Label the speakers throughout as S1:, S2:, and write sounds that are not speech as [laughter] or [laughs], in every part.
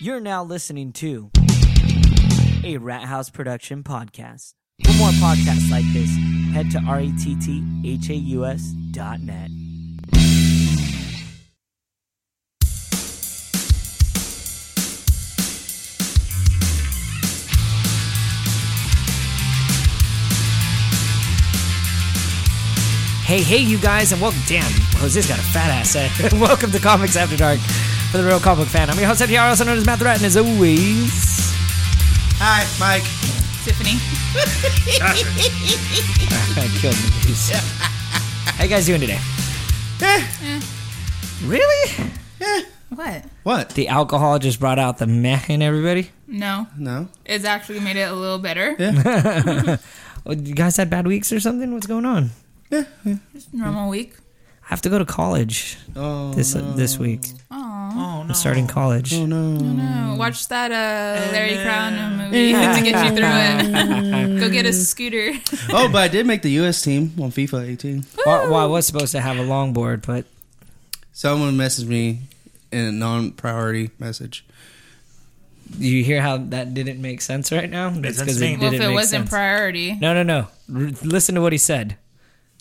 S1: You're now listening to a Rat House production podcast. For more podcasts like this, head to E rettathaus dot net.
S2: Hey, hey, you guys, and welcome. Damn, Jose's got a fat ass. Eh? [laughs] welcome to Comics After Dark for the real comic fan. I'm your host, FTR, also known as Matt the Rat, and as always.
S3: Hi, Mike.
S4: Tiffany.
S2: I killed me. please. [laughs] How you guys doing today?
S1: Eh.
S2: Eh. Really?
S4: What?
S3: What?
S2: The alcohol just brought out the meh in everybody?
S4: No,
S3: No.
S4: it's actually made it a little better.
S2: Oh, You guys had bad weeks or something? What's going on?
S4: Normal week.
S2: I have to go to college
S3: Oh,
S2: this this week.
S4: Aww.
S2: I'm starting college.
S3: no.
S4: No, watch that uh, Larry Crown movie [laughs] to get
S2: [laughs]
S4: you through it. Go get a scooter.
S3: Oh, but I did make the U.S. team on FIFA 18.
S2: Well, well, I was supposed to have a longboard, but
S3: Someone messaged me in a non-priority message.
S2: you hear how that didn't make sense right now? That's
S5: doesn't
S2: because
S5: make-
S2: it didn't
S4: well, if it
S2: make
S4: wasn't
S2: sense.
S4: priority.
S2: No, no, no. R- listen to what he said.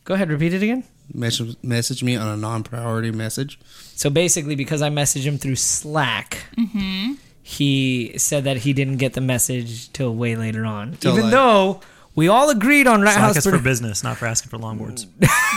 S2: Go ahead, repeat it again.
S3: Mess- Messaged me on a non-priority message.
S2: So basically, because I messaged him through Slack,
S4: Mm-hmm.
S2: he said that he didn't get the message till way later on.
S3: Till,
S2: Even
S3: like-
S2: though we all agreed on Rat
S5: Slack
S2: House
S5: is for
S2: Produ-
S5: business, not for asking for longboards.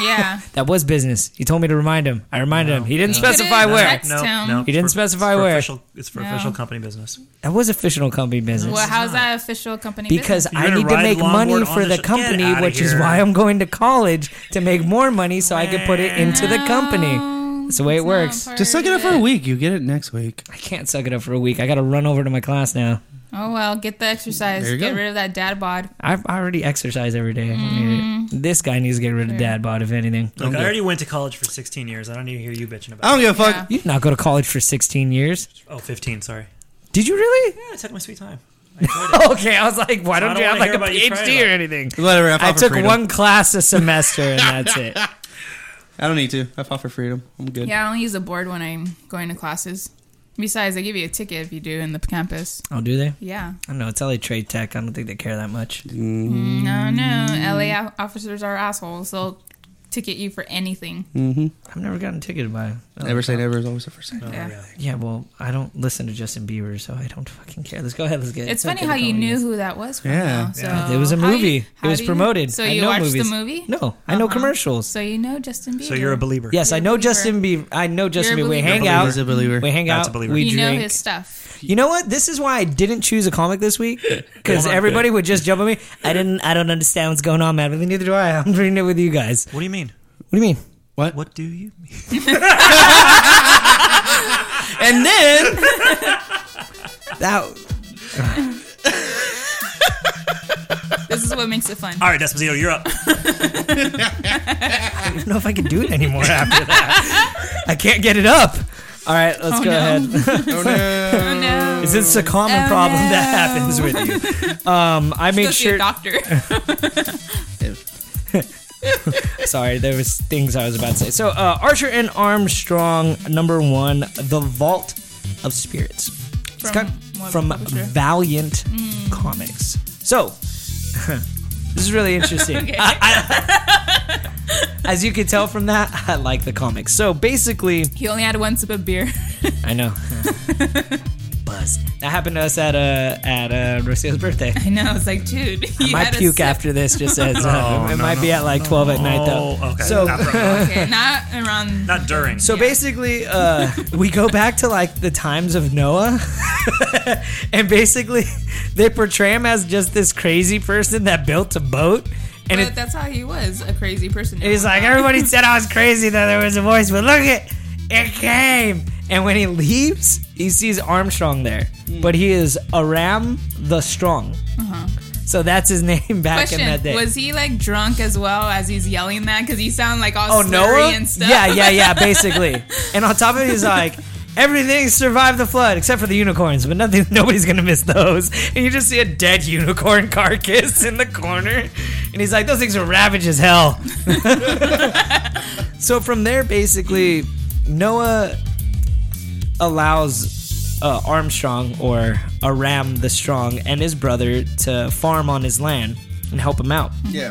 S4: Yeah.
S2: that was business. He told me to remind him. I reminded him. He didn't
S4: You
S2: specify
S4: could've
S2: where.
S4: text-
S5: No,
S4: Town.
S5: no.
S2: He didn't
S5: it's for-
S2: specify
S5: it's for
S2: where.
S5: Official, it's for
S4: No.
S5: official company business.
S2: That was official company business.
S4: Well, how's that official company?
S2: because
S4: business?
S5: You're
S2: I
S5: gonna
S2: need to
S5: ride
S2: make money
S5: longboard
S2: for
S5: on
S2: the
S5: the sh- Get
S2: company,
S5: outta
S2: which is
S5: here.
S2: why I'm going to college to make more money so I can put it into the company. That's the way it
S4: It's not
S2: works.
S4: priority.
S3: Just suck it up for a week. You get it next week.
S2: I can't suck it up for a week. I got to run over to my class now.
S4: Oh well, get the exercise.
S3: There you
S4: Get
S3: go.
S4: rid of that dad bod.
S2: I've I already exercise every day. I need
S5: Mm-hmm.
S2: it. This guy needs to get rid of dad bod, if anything.
S5: Look,
S3: Okay.
S5: I already went to college for 16 years. I don't need to hear you bitching
S3: I
S5: about
S3: don't give a fuck.
S4: Yeah.
S2: You did not go to college for 16 years.
S5: it. Oh, 15, sorry.
S2: Did you really?
S5: Yeah, I took my sweet time. [laughs] I enjoyed
S2: [laughs]
S5: it.
S2: Okay, I was like, why
S5: So I
S2: don't,
S5: don't
S2: you have
S5: wanna
S2: like a
S5: hear
S2: PhD
S5: about you trying
S2: or
S5: it.
S2: anything?
S3: Whatever. I, fought
S2: I
S3: for
S2: took
S3: freedom.
S2: one class a semester and that's
S5: [laughs]
S2: it.
S3: I don't need to. I fought for freedom. I'm good.
S4: Yeah, I only use a board when I'm going to classes. Besides, they give you a ticket if you do in the campus.
S2: Oh, do they? I
S4: Yeah.
S2: don't know. It's LA Trade Tech. I don't think they care that much.
S4: No, no. LA o- officers are assholes. They'll ticket you for anything.
S2: I've never gotten ticketed by.
S3: Never say never is always the first thing.
S5: Oh,
S4: Yeah.
S5: yeah.
S2: Yeah, well, I don't listen to Justin Bieber, so I don't fucking care. Let's go ahead. Let's get. let's
S4: It's funny
S2: get
S4: how
S2: it
S4: you
S2: going.
S4: knew who that was from.
S3: Yeah.
S4: though, so
S2: Yeah, It was a
S4: how
S2: movie.
S4: you- how
S2: it was
S4: do you-
S2: promoted.
S4: So
S2: I
S4: you
S2: know
S4: watched
S2: movies.
S4: the movie?
S2: No, I know
S4: Uh-huh.
S2: commercials.
S4: So you know Justin Bieber.
S5: So you're a believer.
S2: yes, I
S4: You're a
S2: know
S4: believer.
S2: Justin Bieber. I know Justin Bieber.
S4: You're
S2: We
S4: a believer.
S2: hang
S3: You're a
S2: out.
S3: believer. He's a believer.
S2: We hang out.
S5: That's a believer.
S2: We
S4: You know
S2: drink.
S4: his stuff.
S2: You know what? This is why I didn't choose a comic this week because everybody would just jump at me. I didn't. I don't understand what's going on, man. Really, neither do I. I'm reading it with you guys.
S5: What do you mean?
S2: What do you mean?
S3: Oh,
S5: What do you mean?
S2: And then [laughs] that
S4: This is what makes it fun.
S5: All right, Desposito, [laughs] you're up.
S2: I don't know if I can do it anymore after that. I can't get it up. All right, let's
S4: Oh,
S2: go
S4: no.
S2: ahead. [laughs]
S3: Oh, no.
S4: Oh, no.
S2: Is this a common
S4: Oh,
S2: problem
S4: no.
S2: that happens with you? Um, I
S4: Go
S2: make
S4: see a
S2: sure.
S4: doctor. [laughs]
S2: Sorry, there was things I was about to say. So, uh, Archer and Armstrong, number one, the Vault of Spirits. It's
S4: From
S2: got-
S4: what
S2: from
S4: publisher? Hmm.
S2: Valiant Comics. So, [laughs] this is really
S4: [laughs]
S2: interesting. I- I- as you can tell from that, I like the comics. So basically,
S4: he only had one sip of beer. [laughs]
S2: I know. [laughs] Buzz. That happened to us at uh, at uh, Rocio's birthday.
S4: I know. It's like, dude,
S2: [laughs]
S4: you
S2: My
S4: had a
S2: puke
S4: sip.
S2: after this
S4: [laughs]
S2: just says uh,
S5: No,
S2: it
S5: no,
S2: might be at like 12 at night though.
S5: Oh, okay.
S2: So-
S5: not, from- [laughs]
S4: Okay,
S2: [laughs]
S4: not around.
S5: not during.
S2: So basically, uh, we go back to like the times of Noah, [laughs] and basically, they portray him as just this crazy person that built a boat. And
S4: but
S2: it,
S4: that's how he was, a crazy person.
S2: he's like,
S4: [laughs]
S2: everybody said I was crazy that there was a voice, but look it, it came. And when he leaves, he sees Armstrong there,
S4: Hmm.
S2: but he is Aram the Strong. So that's his [laughs] name back in that
S4: Uh-huh. Question:
S2: day.
S4: Was he like drunk as well as he's yelling that? Because he sound like all
S2: Oh,
S4: slurry
S2: Noah?
S4: and stuff.
S2: Yeah, yeah,
S4: [laughs]
S2: yeah, basically. and on top of it, he's like, everything survived the flood except for the unicorns, but nothing, [laughs] nobody's gonna miss those. And you just see a dead unicorn [laughs] carcass in the corner, and he's like, those things are ravaged as hell. [laughs] so from there, basically, Noah allows uh, Armstrong or Aram the Strong and his brother to farm on his land and help him out.
S3: Yeah.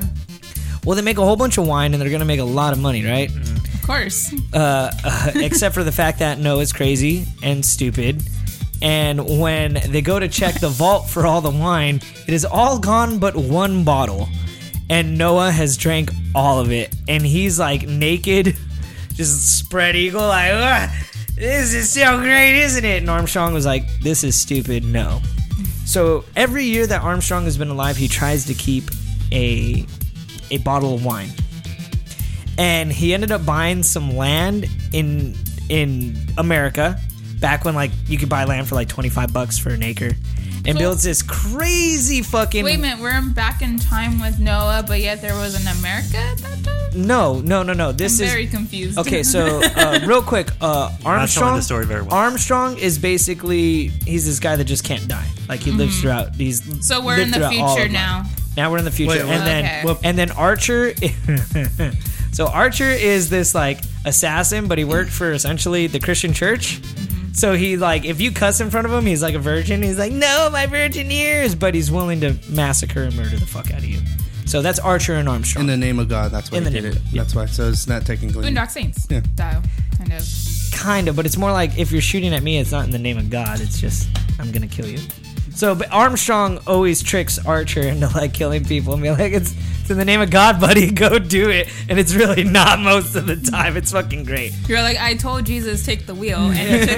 S2: Well, they make a whole bunch of wine and they're going to make a lot of money, right?
S4: Of course.
S2: [laughs] uh, uh, [laughs] except for the fact that Noah's crazy and stupid. And when they go to check the vault for all the wine, it is all gone but one bottle. And Noah has drank all of it. And he's like naked, just spread eagle, like, "Ugh, this is so great, isn't it? And Armstrong was like, this is stupid, no. So every year that Armstrong has been alive, he tries to keep a, a bottle of wine and he ended up buying some land in in America back when like you could buy land for like 25 bucks for an acre and builds this crazy fucking
S4: Wait a minute, we're back in time with Noah, but yet there was an America at that time?
S2: no no no no
S4: I'm
S2: this is
S4: very confused.
S2: okay
S4: [laughs]
S2: so uh, real quick uh, Armstrong
S5: the story very well.
S2: Armstrong is basically he's this guy that just can't die like he lives throughout these
S4: So we're in the future now.
S2: Now we're in the future,
S3: Wait,
S2: and
S3: what?
S4: Okay.
S2: then
S4: What-
S2: and then Archer. [laughs] so Archer is this like assassin, but he worked for essentially the Christian Church. So he like if you cuss in front of him, he's like a virgin. He's like, no, my virgin ears, but he's willing to massacre and murder the fuck out of you. So that's Archer and Armstrong.
S3: In the name of God, that's why
S2: In
S3: he
S2: the
S3: did
S2: name
S3: it.
S2: of- yeah.
S3: That's why. So it's not technically.
S4: Boondock Saints
S3: Yeah.
S4: style, kind of.
S2: kind of, but it's more like if you're shooting at me, it's not in the name of God. It's just I'm gonna kill you. So, but Armstrong always tricks Archer into like killing people and be like, it's, it's in the name of God, buddy, [laughs] go do it. And it's really not most of the time. It's fucking great.
S4: You're like, I told Jesus take the
S2: [laughs]
S4: wheel, and [laughs] he took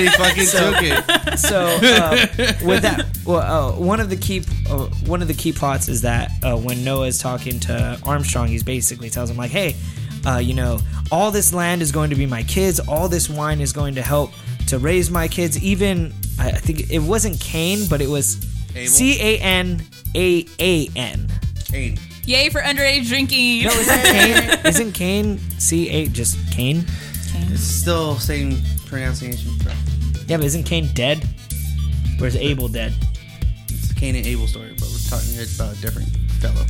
S3: [laughs] he fucking took it.
S4: [laughs]
S2: So, uh, with that, well, uh, one of the key uh, one of the key plots is that uh, when Noah is talking to Armstrong, he's basically tells him like, "Hey, uh, you know, all this land is going to be my kids. All this wine is going to help to raise my kids. Even I, I think it wasn't Cain, but it was
S3: Abel?
S2: C A N A A N.
S3: Ain't.
S4: Yay for underage drinking.
S2: No, isn't Cain? Isn't Cain C A just Cain?
S3: It's still same pronunciation. bro.
S2: Yeah, but isn't Cain dead? Or is Abel dead?
S3: It's the Cain and Abel story, but we're talking here about a different fellow.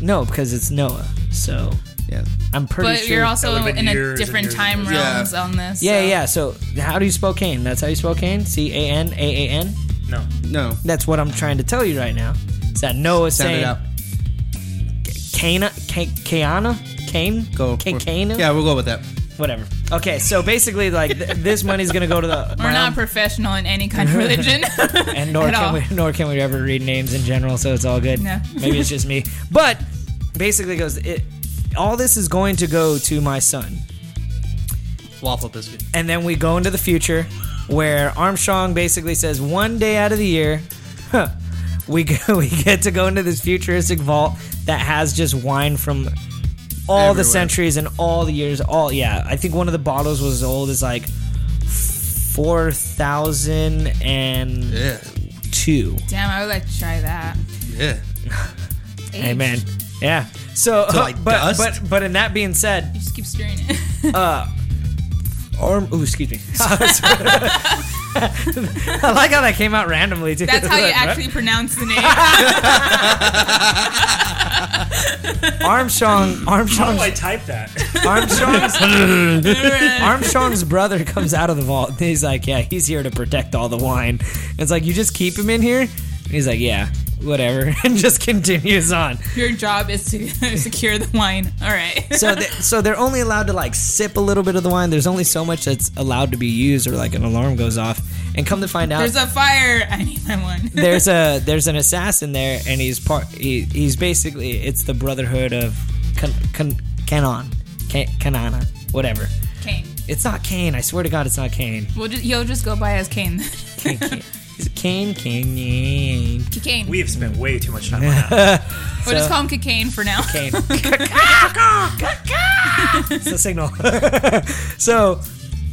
S2: No, because it's Noah. So
S3: Yeah.
S2: I'm pretty
S4: [laughs] but
S2: sure.
S4: you're also
S5: That would've been
S4: in a
S5: years and
S4: different
S5: years
S4: time
S5: and
S3: years. Yeah.
S4: realms on this.
S2: Yeah,
S4: so.
S2: yeah. So how do you spell Cain? That's how you spell Cain? C A N A A N?
S5: No.
S3: No.
S2: That's what I'm trying to tell you right now. Is that Noah
S3: Sound it
S2: saying
S3: out.
S2: Cana Ca- Caana? Cain?
S3: Go.
S2: Ca-
S3: We're-
S2: Cana?
S3: Yeah, we'll go with that.
S2: Whatever. Okay, so basically like th- this money's gonna go to the
S4: We're not
S2: round-
S4: professional in any kind of religion.
S2: [laughs] and nor
S4: at
S2: can
S4: all.
S2: we nor can we ever read names in general, so it's all good.
S4: No.
S2: Maybe it's just me. But basically it goes it all this is going to go to my son. [laughs]
S3: Waffle biscuit.
S2: and then we go into the future where Armstrong basically says one day out of the year huh, we [laughs] go, we get to go into this futuristic vault that has just wine from all the
S3: Everywhere.
S2: centuries and all the years all yeah I think one of the bottles was as old as like 4002
S3: Yeah.
S4: Damn, I would like to try that.
S3: Yeah.
S2: amen yeah so
S3: To, like,
S2: [laughs] but
S3: dust?
S2: but but in that being said
S4: You just keep
S2: [laughs]
S4: stirring it.
S2: Oh, Arm. Uh, Ooh, excuse me. [laughs] I like how that came out randomly too.
S4: That's how you
S2: Like,
S4: actually pronounce
S2: [laughs]
S4: the name.
S2: Armstrong.
S5: How do I
S2: Armstrong's,
S5: type that? [laughs]
S2: Armstrong's. Armstrong's brother comes out of the vault. and He's like, yeah, he's here to protect all the wine. It's like you just keep him in here. And he's like, yeah, whatever, [laughs] and just continues on.
S4: [laughs] Your job is to [laughs] secure the wine. All right.
S2: So, uh, they, so they're only allowed to like sip a little bit of the wine. There's only so much that's allowed to be used, or like an alarm goes off. And come to find out,
S4: [laughs] There's a fire. I need my one.
S2: there's a there's an assassin there, and he's part. He, he's basically it's the Brotherhood of Can Can Canon, Can, Canana, whatever.
S4: [laughs] Kane.
S2: It's not Kane. I swear to God, it's not Kane.
S4: We'll just, he'll just go by as Kane.
S2: Kane, Kane. Is it Kane, Kane, Kane,
S4: [laughs] Kane.
S5: We have spent way too much time on that.
S4: we'll just call him Kane for now. [laughs]
S2: Kane. it's a signal. [laughs] so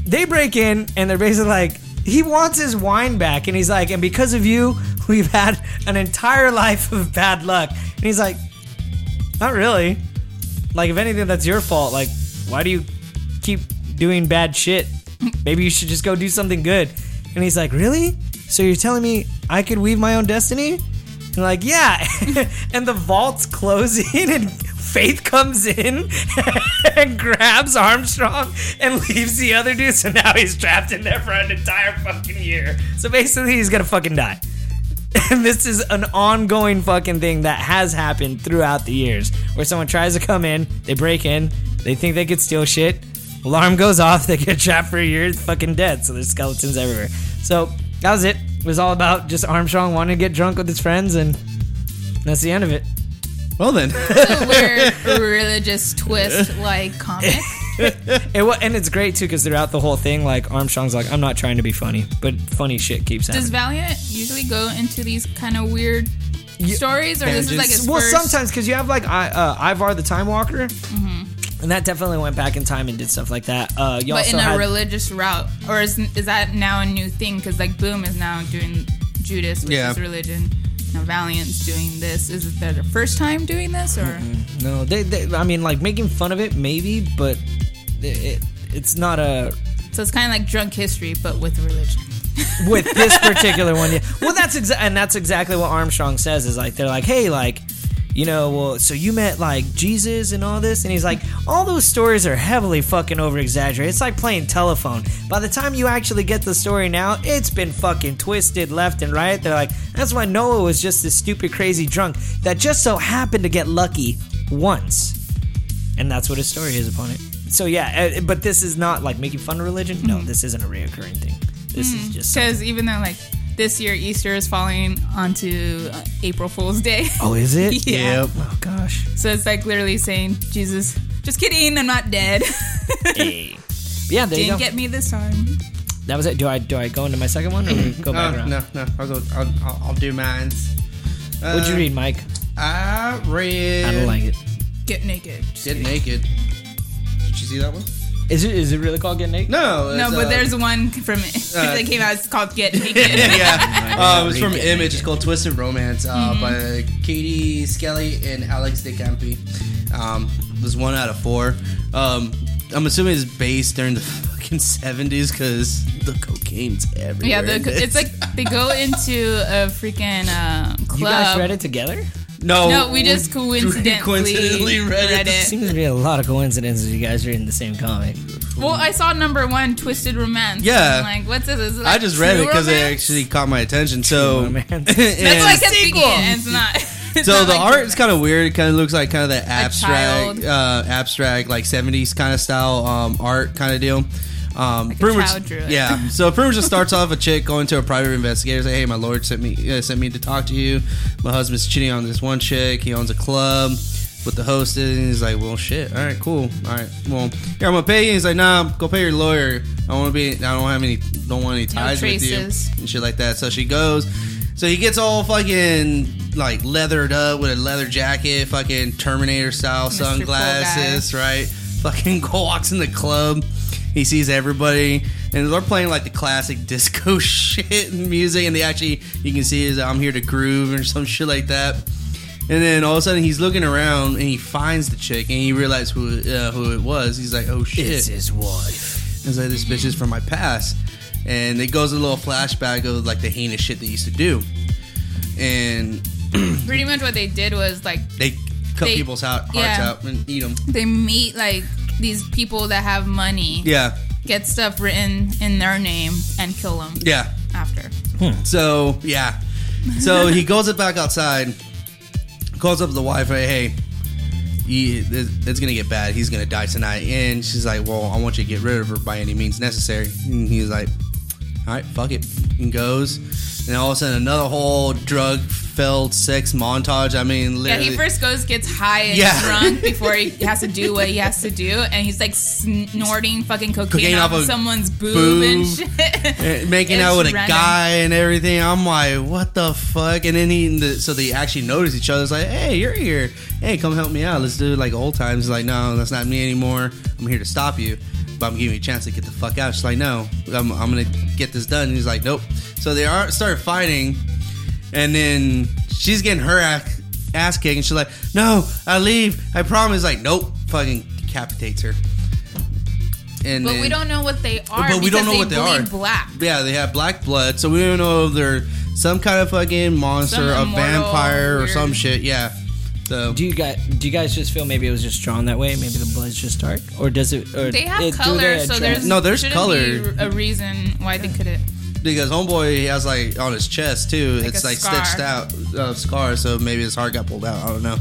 S2: they break in, and they're basically like, he wants his wine back, and he's like, and because of you, we've had an entire life of bad luck. And he's like, not really. Like, if anything, that's your fault. Like, why do you keep doing bad shit? Maybe you should just go do something good. And he's like, Really? So you're telling me I could weave my own destiny? And like, [laughs] yeah. and the vault's closing and Faith comes in [laughs] and grabs Armstrong and leaves the other dude. So now he's trapped in there for an entire fucking year. So basically, he's gonna fucking die. [laughs] And this is an ongoing fucking thing that has happened throughout the years where someone tries to come in, they break in, they think they could steal shit, alarm goes off, [laughs] they get trapped for a year, fucking dead. So there's skeletons everywhere. So that was it. It was all about just Armstrong wanting to get drunk with his friends, and that's the end of it.
S3: Well then, [laughs]
S4: a
S2: [laughs]
S4: weird religious twist like comic.
S2: It wa- and it's great too because throughout the whole thing, like Armstrong's like, I'm not trying to be funny, but funny shit keeps happening.
S4: Does Valiant usually go into these kind of weird stories, or this is like his
S2: well,
S4: first?
S2: sometimes because you have like I, uh, Ivar the Time Walker, and that definitely went back in time and did stuff like that. Uh, you
S4: Mm-hmm. but
S2: also
S4: in a
S2: had,
S4: religious route, or is is that now a new thing? Because like Boom is now doing Judas, which
S3: Yeah.
S4: is religion. Now Valiant's doing this. Is it their first time doing this, or
S2: no, they, they, I mean, like making fun of it maybe, but it, it, it's not a
S4: so it's kind of like drunk history, but with religion.
S2: with this particular one. Yeah. Well, that's exa- and that's exactly what Armstrong says. Is like they're like, hey, like. You know, well, so you met like Jesus and all this, and he's like, all those stories are heavily fucking over exaggerated. It's like playing telephone. By the time you actually get the story now, it's been fucking twisted left and right. They're like, that's why Noah was just this stupid, crazy drunk that just so happened to get lucky once and that's what his story is upon it. So yeah, uh, but this is not like making fun of religion. No, this isn't a reoccurring thing. This is just
S4: Because even though like this year Easter is falling onto uh, April Fool's Day. [laughs]
S2: oh, is it?
S4: Yeah.
S3: yep.
S2: Oh gosh.
S4: So it's like literally saying, Jesus, just kidding, I'm not dead. [laughs]
S2: Hey. Yeah, there you
S4: Didn't
S2: go.
S4: get me this time.
S2: that was it. Do I do I go into my second one or we
S4: Mm-hmm.
S2: go back
S3: Uh,
S2: around?
S3: no, no, I'll go. I'll, I'll, I'll do mine. Uh,
S2: What'd you read, Mike?
S3: I read.
S2: I don't like it.
S4: Get naked. Just
S3: Get
S4: kidding.
S3: naked. Did you see that one?
S2: Is it is it really called getting naked?
S3: No,
S4: No,
S3: it's,
S4: but
S3: uh,
S4: there's one [laughs] from it
S3: uh,
S4: that came out. It's
S3: [laughs]
S4: called Get Naked.
S3: yeah,
S2: I
S3: um, it's
S2: read
S3: from
S2: Get
S3: Image. It's called Twisted Romance uh,
S4: Mm-hmm.
S3: by Katie Skelly and Alex DeCampi. Um, it was one out of four. Um, I'm assuming it's based during the fucking 70s because the cocaine's everywhere.
S4: Yeah,
S3: in
S4: the,
S3: this.
S4: it's like they go into a freaking uh, club.
S2: You guys read it together?
S3: [laughs] no,
S4: No, we
S3: [laughs]
S4: just coincidentally,
S3: coincidentally read, it.
S2: Seems to be a lot of coincidences. You guys reading the same comic.
S4: Well, I saw number one, Twisted Romance.
S3: Yeah.
S4: I'm like, what's this? Is it
S3: I
S4: like
S3: just read it
S4: true
S3: because it
S4: romance?
S3: actually caught my attention. So,
S2: romance.
S3: and- [laughs]
S4: That's why I kept thinking it, and it's not. [laughs] it's
S3: so
S4: not
S3: the
S4: like
S3: art is kind of weird. It kind of looks like kind of that abstract,
S4: child.
S3: uh, abstract like '70s kind of style um, art kind of deal. Um,
S4: a
S3: pretty much-
S4: child drew it.
S3: yeah. So pretty much just starts off a chick going to a private investigator, say, "Hey, my lord sent me uh, sent me to talk to you. My husband's cheating on this one chick. He owns a club with the hostess." And he's like, "Well, shit. All right, cool. All right, well, here I'm gonna pay you." He's like, "Nah, go pay your lawyer. I want to be. I don't have any. Don't want any ties with you
S4: traces.
S3: and shit like that." So she goes. So he gets all fucking like leathered up with a leather jacket, fucking Terminator style
S4: Cool guy.
S3: sunglasses right? Fucking [laughs] walks in the club. He sees everybody, and they're playing like the classic [laughs] disco shit and music. And they actually, you can see, is I'm here to groove or some shit like that. And then all of a sudden, he's looking around and he finds the chick, and he realizes who uh, who it was. He's like, "Oh shit!"
S2: It's his wife.
S3: It's like this bitch is from my past, and it goes a little flashback of like the heinous shit they used to do, and
S4: pretty much what they did was like
S3: they cut
S4: They-
S3: people's heart, hearts
S4: yeah.
S3: out and eat them.
S4: they meet like these people that have money,
S3: Yeah,
S4: get stuff written in their name, and kill them
S3: yeah.
S4: after.
S3: So yeah, so he goes back outside, calls up the wife. Hey, hey, he, it- it's gonna get bad. He's gonna die tonight. And she's like, "Well, I want you to get rid of her by any means necessary." And he's like, "All right, fuck it," and goes. And all of a sudden, another whole drug-filled sex montage. I mean,
S4: Yeah,
S3: literally,
S4: he first goes gets high and
S3: Yeah. [laughs]
S4: drunk before he has to do what he has to do, and he's like snorting fucking cocaine,
S3: Cocaine
S4: off,
S3: off
S4: of
S3: a
S4: someone boob, and
S3: boob.
S4: shit.
S3: [laughs] Eh, making
S4: It's
S3: out with a
S4: random.
S3: guy and everything. I'm like, what the fuck? And then he, the, so they actually notice each other. It's like, hey, you're here. Hey, come help me out. Let's do it like old times. It's like, no, that's not me anymore. I'm here to stop you, but I'm giving you a chance to get the fuck out. She's like, no, I'm, I'm gonna get this done. And he's like, nope. So they are start fighting, and then she's getting her ass, ass kicked, and she's like, no, I leave. I promise. Like, nope. Fucking decapitates her. And
S4: but
S3: then-
S4: we don't know what they are.
S3: But we don't
S4: because
S3: know
S4: they
S3: what they are.
S4: bleed Black.
S3: Yeah, they have black blood, so we don't know if they're some kind of fucking monster,
S4: Some
S3: a
S4: immortal,
S3: vampire, or
S4: weird-
S3: some shit. Yeah, So
S2: Do you guys do you guys just feel maybe it was just drawn that way? Maybe the blood's just dark, or does it? Or
S4: They have
S2: it, do
S4: color,
S2: they
S4: so
S2: attract-
S4: there's
S3: No, there's
S4: shouldn't
S3: color.
S4: Be a reason why they could it.
S3: because homeboy he has like on his chest too,
S4: Like
S3: it's
S4: a
S3: like
S4: scar.
S3: stitched out uh, scar. So maybe his heart got pulled out. I don't know,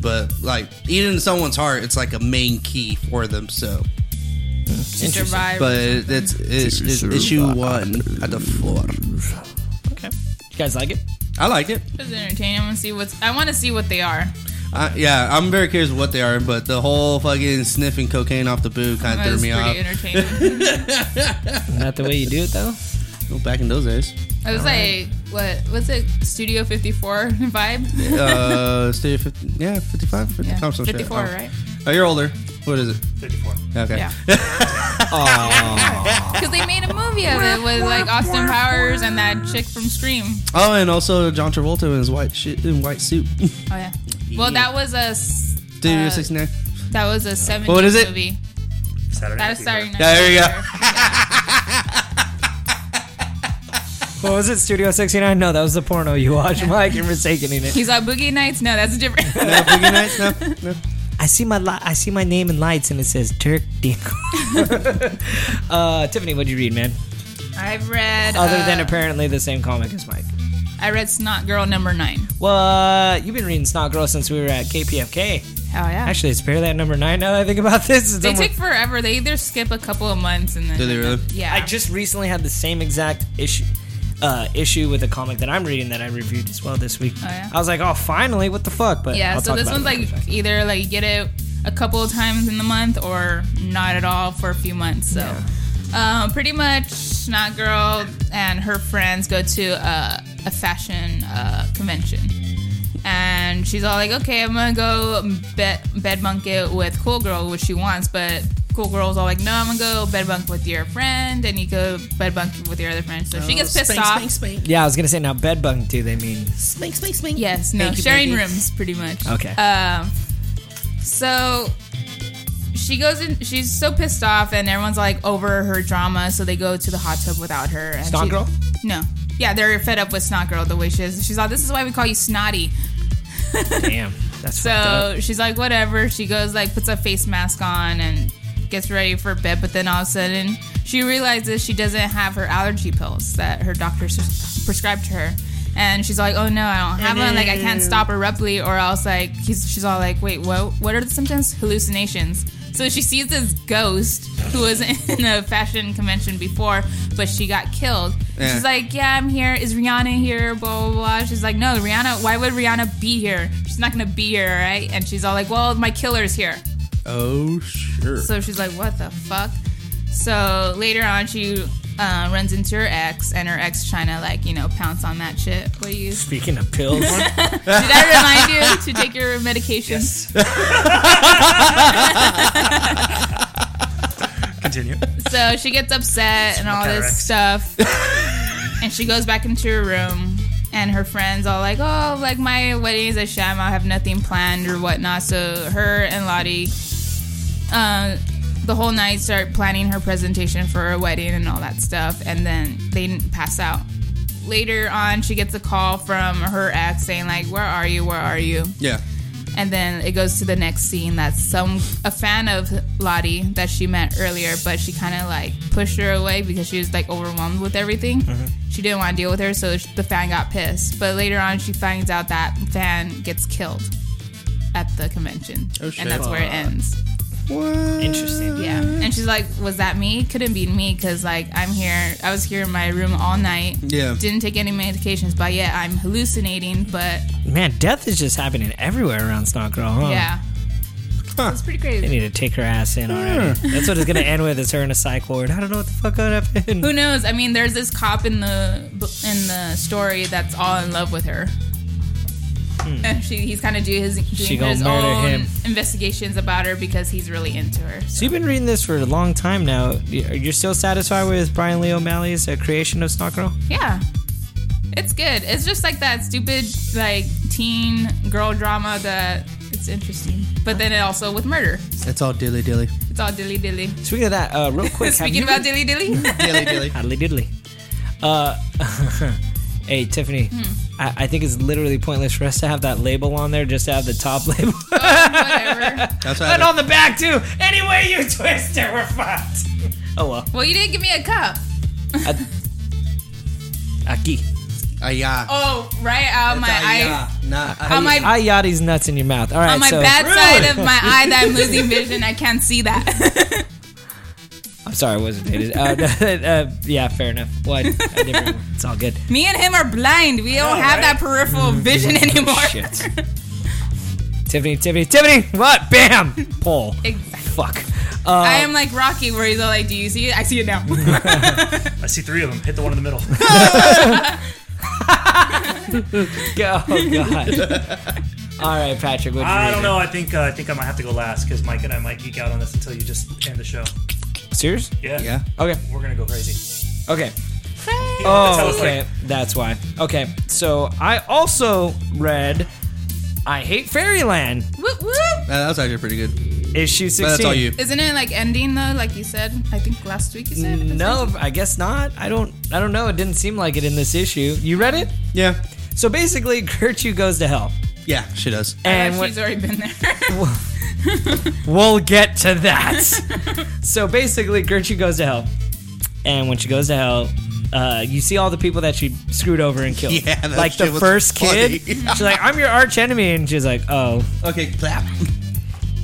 S3: but like eating someone's heart, it's like a main key for them. So,
S2: Interesting.
S4: survive.
S3: but it's it's, it's issue one out of four.
S2: Okay. You guys like it?
S3: I like it.
S4: It was entertaining. I want to see what's. I want to see what they are.
S3: I, yeah, I'm very curious what they are, but the whole fucking sniffing cocaine off the boob kind of
S4: That
S3: threw
S4: was
S3: me
S4: pretty
S3: off. [laughs]
S4: entertaining.
S2: Not the way you do it though.
S3: Well, back in those days,
S4: It was like what? What's it? Studio 54 vibe.
S3: uh, stay at 50, yeah, 55, 50,
S4: [laughs] Yeah,
S3: some shit.
S4: 54,
S3: Oh.
S4: right?
S3: Oh, you're older. What is it?
S5: 54.
S3: Okay. [laughs]
S4: Yeah. Because they made a movie of it with like Austin Powers and that chick from Scream.
S3: Oh, and also John Travolta in his white shit in white suit. [laughs]
S4: Oh yeah. Well, that was a. s-
S3: Dude,
S4: uh,
S3: 69.
S4: That was a 70s
S3: What is it?
S4: movie.
S5: Saturday.
S4: That was Saturday
S5: Night Fever.
S4: Night.
S3: Yeah, there you go.
S4: Fever.
S2: What was it? Studio 69? No, that was the porno you
S4: [laughs]
S2: watched. Mike, you're mistaking it.
S4: He's like Boogie Nights. No, that's
S3: [laughs]
S4: different.
S3: No, Boogie Nights? No, no.
S2: I see my li- I see my name in lights and it says Dirk Dingle. [laughs] uh, Tiffany, what'd you read, man?
S4: I've read.
S2: Other than
S4: uh,
S2: apparently the same comic as Mike.
S4: I read Snot Girl number nine.
S2: Well, uh, you've been reading Snot Girl since we were at KPFK.
S4: Oh yeah.
S2: Actually, it's barely at number nine now that I think about this. It's
S4: they
S2: almost-
S4: take forever. They either skip a couple of months and then.
S3: Do they really?
S4: Yeah.
S2: I just recently had the same exact issue. Uh, issue with a comic that I'm reading that I reviewed as well this week.
S4: Oh, yeah?
S2: I was like, oh, finally, what the fuck? But
S4: Yeah.
S2: I'll
S4: so
S2: talk
S4: this
S2: about
S4: one's
S2: it in a
S4: like
S2: second.
S4: either like you get it a couple of times in the month or not at all for a few months. So. Um, pretty much, Snot Girl and her friends go to uh, a fashion uh, convention, and she's all like, "Okay, I'm gonna go bed bed bunk it with Cool Girl, which she wants." But Cool Girl's all like, "No, I'm gonna go bed bunk with your friend, and you go bed bunk with your other friend." So
S2: Oh,
S4: she gets pissed off.
S2: yeah, I was gonna say now bedbug do they mean?
S4: Yes, no, sharing rooms, pretty much.
S2: Okay.
S4: Um, so she goes in. She's so pissed off, and everyone's like over her drama. So they go to the hot tub without her. And
S2: Snot [laughs]
S4: she-
S2: Girl?
S4: No. Yeah, they're fed up with snot girl the way she is. She's like, this is why we call you snotty.
S2: Damn, that's fucked up.
S4: So she's like, whatever. She goes like puts a face mask on and gets ready for bed. But then all of a sudden, she realizes she doesn't have her allergy pills that her doctor s- prescribed to her. And she's like, oh no, I don't have one. Like I
S2: Mm.
S4: can't stop abruptly, or else like he's, she's all like, wait, what? What are the symptoms? Hallucinations. So she sees this ghost who was [laughs] in a fashion convention before, but she got killed.
S3: Yeah.
S4: She's like, yeah, I'm here. Is Rihanna here? Blah, blah, blah. She's like, no, Rihanna, why would Rihanna be here? She's not going to be here, all right? And she's all like, well, my killer's here.
S3: Oh, sure.
S4: So she's like, what the fuck? So later on, she uh, runs into her ex, and her ex trying to, like, you know, pounce on that shit. What do you. Did
S2: Speaking of pills,
S4: I remind you to take your medication?
S5: Continue.
S4: So she gets upset and all this stuff. and she goes back into her room. And her friends all like, oh, like my wedding is a sham. I have nothing planned or whatnot. So her and Lottie, uh, the whole night, start planning her presentation for her wedding and all that stuff. And then they didn't pass out. Later on, she gets a call from her ex saying like, where are you? Where are you?
S3: yeah.
S4: and then it goes to the next scene that's some a fan of Lottie that she met earlier, but she kind of like pushed her away because she was like overwhelmed with everything.
S3: Mm-hmm.
S4: She didn't want to deal with her, so sh- the fan got pissed. But later on, she finds out that fan gets killed at the convention,
S3: Oh, shit.
S4: and that's where it ends.
S3: What?
S2: interesting.
S4: Yeah, and she's like, "Was that me? Couldn't be me, cause like I'm here. I was here in my room all night.
S3: Yeah.
S4: didn't take any medications, but yeah, I'm hallucinating. But
S2: Man, death is just happening everywhere around Snot Girl, huh?
S4: yeah,
S3: Huh.
S4: it's pretty
S2: They
S4: crazy.
S2: need to take her ass in already. That's what it's gonna end with is her in a psych ward. I don't know what the fuck happened.
S4: Who knows? I mean, there's this cop in the in the story that's all in love with her, and she he's kind of do his
S2: Hmm. She
S4: doing
S2: gonna
S4: his
S2: murder
S4: own
S2: him.
S4: investigations about her because he's really into her.
S2: So you've been reading this for a long time now. You're you're still satisfied with Brian Lee O'Malley's uh, creation of Snot Girl?
S4: Yeah, it's good. It's just like that stupid like teen girl drama that it's interesting, but then it also with murder.
S3: It's all dilly dilly.
S4: It's all dilly dilly.
S2: Speaking of that, uh, real quick, have [laughs]
S4: Speaking
S2: you
S3: [laughs]
S4: about dilly dilly,
S3: Dilly dilly.
S2: Diddly diddly. Uh, [laughs] Hey, Tiffany, I, I think it's literally pointless for us to have that label on there just to have the top [laughs] label.
S4: Whatever.
S3: That's why. I
S2: and
S3: had
S2: on the back, too. Anyway, you [laughs] twist it, we're fucked. Oh, well.
S4: Well, you didn't give me a cup.
S2: I- Aquí.
S3: to- Ayah.
S4: Oh, right out my eye.
S3: Ayah, not
S4: On my
S2: I yacht these nuts in your mouth. All right,
S4: on my
S2: so
S4: bad side of my eye that I'm losing vision. I can't see that. [laughs]
S2: I'm sorry, I wasn't dated. Uh, [laughs] uh, yeah, fair enough. What? I
S4: [laughs]
S2: never, it's all good.
S4: me and him are blind. We don't have that peripheral vision anymore.
S2: Mm, Shit. Tiffany, Tiffany, Tiffany. What? Bam. Pull.
S4: Exactly.
S2: Fuck. Uh,
S4: I am like Rocky, where he's all like, "Do you see it? I see it now."
S5: I see three of them. Hit the one in the [laughs] middle.
S2: go. Oh
S4: [laughs]
S2: god. All right, Patrick. What
S5: I don't know. I think uh, I think I might have to go last because Mike and I might geek out on this until you just end the show.
S2: Serious?
S5: Yeah.
S3: Yeah. Uh,
S2: Okay.
S5: We're gonna go crazy.
S2: Okay.
S5: Yeah, that
S2: [laughs] Oh,
S5: sounds
S2: okay.
S5: like-
S2: That's why. Okay. So I also read. I hate Fairyland.
S4: [laughs] whoop whoop.
S3: Uh, that was actually pretty good.
S2: Issue
S3: But
S2: sixteen.
S3: that's all you.
S4: Isn't it like ending though? Like you said, I think last week you said. it was
S2: No,
S4: ending?
S2: I guess not. I don't. I don't know. It didn't seem like it in this issue. You read it?
S3: Yeah.
S2: So basically, [laughs] Gertrude goes to hell,
S3: Yeah, she does.
S2: and
S4: She's already
S2: [laughs]
S4: been there.
S2: We'll get to that. so basically, Gertrude goes to hell, and when she goes to hell, uh, you see all the people that she screwed over and killed.
S3: [laughs] Yeah, that
S2: like the
S3: shit was
S2: first kid.
S3: funny.
S2: She's like, "I'm your arch enemy," and she's like, "Oh."
S3: Okay, clap.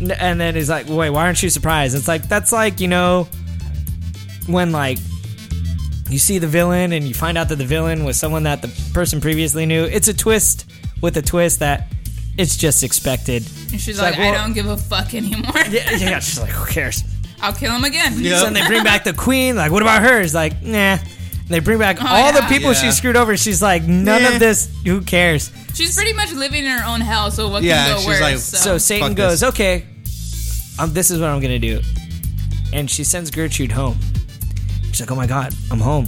S2: N- And then he's like, "Wait, why aren't you surprised?" It's like that's like you know, when like you see the villain and you find out that the villain was someone that the person previously knew. It's a twist with a twist that it's just expected.
S4: And she's
S2: It's
S4: like,
S2: like,
S4: "I
S2: well-
S4: don't give a fuck anymore.
S2: Yeah, yeah. She's like, "Who cares?"
S4: [laughs] I'll kill him again."
S3: Yeah.
S2: So then they bring back the queen. Like, what about hers? Like, nah. They bring back all the
S4: yeah.
S2: people she
S3: Yeah.
S2: screwed over. She's like, none
S3: Nah.
S2: of this. Who cares?
S4: She's pretty much living in her own hell, so what
S3: Yeah,
S4: can go
S3: she's
S4: worse?
S3: like-
S2: So
S4: so,
S2: Satan
S3: fuck
S2: goes,
S3: this.
S2: okay, um, this is what I'm gonna do, and she sends Gertrude home. She's like, oh my god, I'm home,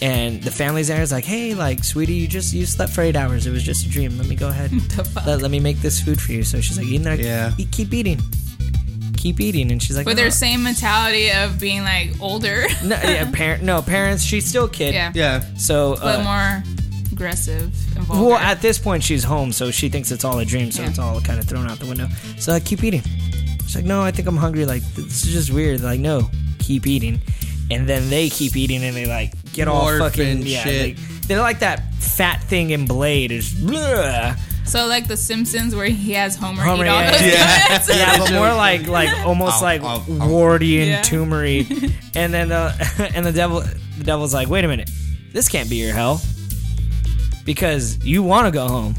S2: and the family's there is like, hey, like, sweetie, you just you slept for eight hours. It was just a dream. Let me go ahead.
S4: the fuck?
S2: let, let me make this food for you. So she's like, you know,
S3: Yeah.
S2: eat, keep eating, keep eating, and she's like,
S4: [laughs] with
S2: no.
S4: her same mentality of being like older,
S2: [laughs] no, yeah, parent, no parents. She's still a kid.
S4: [laughs] yeah,
S3: Yeah.
S2: So
S4: but
S2: uh,
S4: more aggressive and vulgar.
S2: Well, at this point, she's home, so she thinks it's all a dream, so
S4: Yeah.
S2: it's all kind of thrown out the window. So I keep eating. She's like, no, I think I'm hungry. Like, this is just weird. Like, no, keep eating. And then they keep eating, and they like get all
S3: Morph
S2: fucking
S3: and
S2: yeah.
S3: shit.
S2: Like, they're like that fat thing in Blade is. Bleh.
S4: so like The Simpsons, where he has Homer,
S2: Homer,
S4: eat all
S2: yeah.
S4: those [laughs]
S3: [laughs] Yeah.
S4: donuts.
S2: Yeah, but
S3: Joey.
S2: more like like almost
S3: Ow,
S2: like
S3: ow, ow.
S2: warty and
S4: Yeah. [laughs]
S2: tumory. And then the [laughs] and the devil the devil's like, wait a minute, this can't be your hell because you want to go home.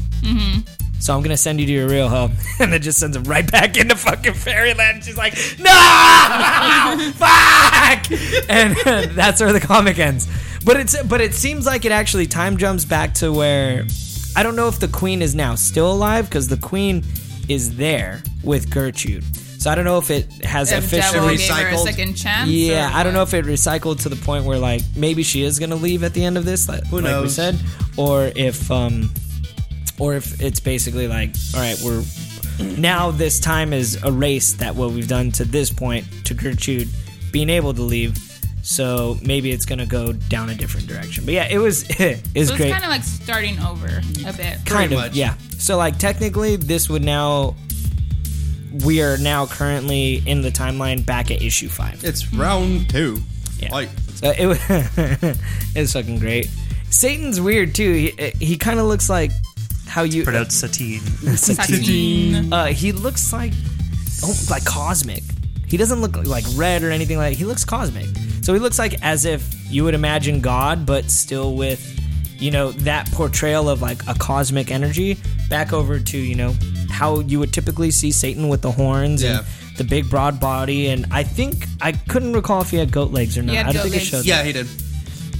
S2: So I'm gonna send you to your real home, [laughs] and then just sends him right back into fucking fairyland. She's like, no, [laughs] fuck, and [laughs] that's where the comic ends. But it's but it seems like it actually time jumps back to where I don't know if the queen is now still alive because the queen is there with Gertrude. So I don't know if it has
S4: If
S2: officially
S4: Devil gave her a
S3: recycled.
S4: second chance.
S2: yeah,
S4: or
S2: I don't know
S4: what?
S2: if it recycled to the point where like maybe she is gonna leave at the end of this, like, Who like we
S3: knows?
S2: said, or if um, or if it's basically like, all right, we're now this time is erased that what we've done to this point to Gertrude being able to leave, so maybe it's gonna go down a different direction. But yeah, it was [laughs] it's
S4: So it's
S2: great,
S4: kind of like starting over a bit.
S2: kind
S3: Pretty
S2: of
S3: much.
S2: yeah. So like technically, this would now. We are now currently in the timeline back at issue five.
S3: It's round two.
S2: Yeah.
S3: Like,
S2: So it was, [laughs] it's fucking great. Satan's weird too. He, eh, he kind of looks like how you [laughs]
S5: Pronounce Satine.
S4: Satine.
S2: uh, he looks like oh, like cosmic. He doesn't look like red or anything like. He looks cosmic. So he looks like as if you would imagine God, but still with you know that portrayal of like a cosmic energy back over to you know how you would typically see Satan with the horns
S3: Yeah.
S2: and the big broad body. And I think I couldn't recall if he had goat legs or not.
S4: had
S2: I don't
S4: goat
S2: think it
S4: legs.
S2: showed.
S3: yeah, he did.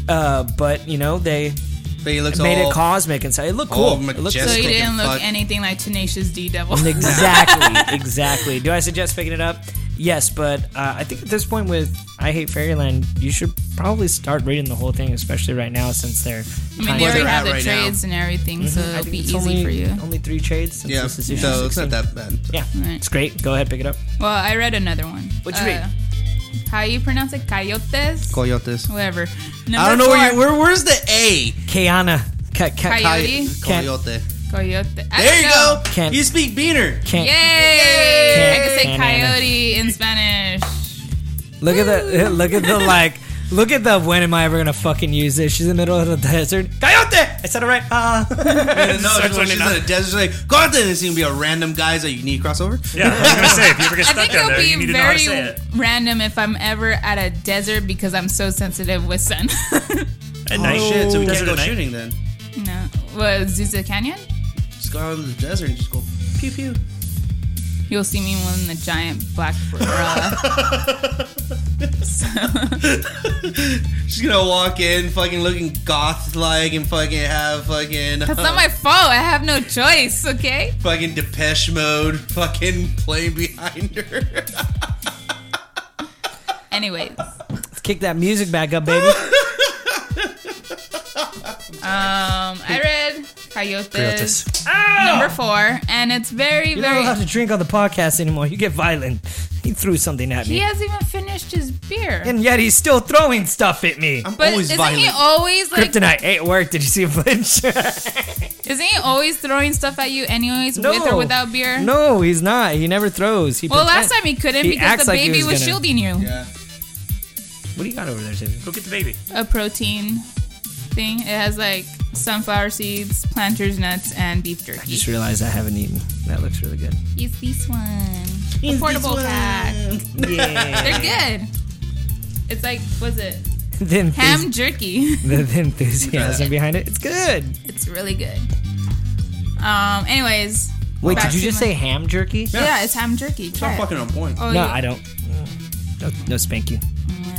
S2: Uh, but you know they
S3: But he looks
S2: made
S3: all
S2: it cosmic and so it looked
S3: all
S2: cool. It looked
S3: majestic.
S4: So he
S3: Just
S4: didn't
S3: fucking
S4: look
S3: fuck.
S4: anything like Tenacious D
S3: [laughs]
S4: Devil. [laughs]
S2: exactly, exactly. Do I suggest picking it up? Yes, but uh, I think at this point with I Hate Fairyland, you should probably start reading the whole thing, especially right now since they're.
S4: I mean, they
S3: Where
S4: already
S3: they're
S4: have
S3: at
S4: the
S3: right now.
S4: trades and everything, so
S2: I
S4: it'll
S2: think
S4: be
S2: Mm-hmm. it's
S4: easy
S2: only,
S4: for you.
S2: Only three trades. Since
S3: Yeah,
S2: this is issue
S3: so it's
S2: 16.
S3: not that bad.
S2: Yeah,
S4: Right.
S2: it's great. Go ahead, pick it up.
S4: Well, I read another one. Uh,
S2: What'd you
S4: How you pronounce it? Coyotes?
S3: Coyotes.
S4: Whatever. Number
S3: I don't know
S4: four.
S3: where you. Where, where's the A?
S2: Kiana. Ka- ka-
S4: Coyote.
S2: Can't-
S3: Coyote.
S4: Coyote. I
S3: There
S4: don't
S3: you
S4: know.
S3: go.
S2: Can't-
S3: You speak beaner.
S2: Can't,
S4: Yay! I
S2: Can't-
S4: can say
S2: can't either.
S4: coyote in Spanish.
S2: Look at the [laughs] look at the like look at the when am I ever gonna fucking use this? She's in the middle of the desert. Coyote! I said it right.
S3: [laughs]
S2: Ah.
S3: No,
S2: Starts
S3: she's, when
S2: running
S3: she's
S2: out.
S3: in a desert. She's like, Coyote. And it's going to be a random guy's that you need crossover.
S5: Yeah, I was gonna say if you ever get
S4: I
S5: stuck
S4: think
S5: down there, you
S4: it'll
S5: need
S4: be
S5: to know how to say
S4: very
S5: it.
S4: random if I'm ever at a desert because I'm so sensitive with sun. [laughs]
S5: At
S3: Oh, shit. So we can't
S5: Desert
S3: go
S5: at night.
S3: shooting then.
S4: no, was Zusa Canyon?
S3: Just go out into the desert and just go pew pew.
S4: You'll see me in the giant black [laughs] umbrella.
S3: She's gonna walk in, fucking looking goth like, and fucking have fucking
S4: That's not my fault. I have no choice. Okay.
S3: [laughs] fucking Depeche Mode fucking playing behind her.
S4: Anyways,
S2: Let's kick that music back up,
S4: [gasps]
S2: baby.
S4: um, I read Coyotes
S5: Coyotes.
S4: number four, and it's very,
S2: You're not allowed
S4: very.
S2: to drink on the podcast anymore. You get violent. He threw something at
S4: He
S2: me.
S4: hasn't even finished his beer.
S2: And yet he's still throwing stuff at me.
S3: I'm
S4: but
S3: always
S4: isn't
S3: violent.
S4: he always like?
S2: Kryptonite ate work. Did you see him flinch?
S4: [laughs] Isn't he always throwing stuff at you, anyways, with or without beer?
S2: No, he's not. He never throws. He
S4: Well,
S2: pretend-
S4: last time he couldn't
S2: He
S4: because
S2: acts
S4: the
S2: like he
S4: baby
S2: was
S4: was,
S2: gonna-
S4: shielding you.
S3: yeah.
S2: What do you got over there, Xavier?
S5: Go get the baby.
S4: A protein thing. It has like sunflower seeds, planters nuts, and beef
S2: I
S4: jerky.
S2: just realized I haven't eaten. That looks really
S4: [laughs]
S2: good.
S4: Use this one. Affordable pack.
S2: Yeah.
S4: They're good. It's like, what's it?
S2: [laughs] the,
S4: Ham
S2: enthus-
S4: jerky. [laughs]
S2: the, [laughs] the enthusiasm behind it. It's good.
S4: It's really good. Um. Anyways.
S2: Wait,
S4: back
S2: did you
S4: to
S2: just
S4: my-
S2: say ham jerky?
S4: Yeah, it's ham jerky.
S3: Not
S4: Try it.
S3: fucking on point.
S4: Oh,
S2: No,
S4: you-
S2: I don't. No, no, spank you.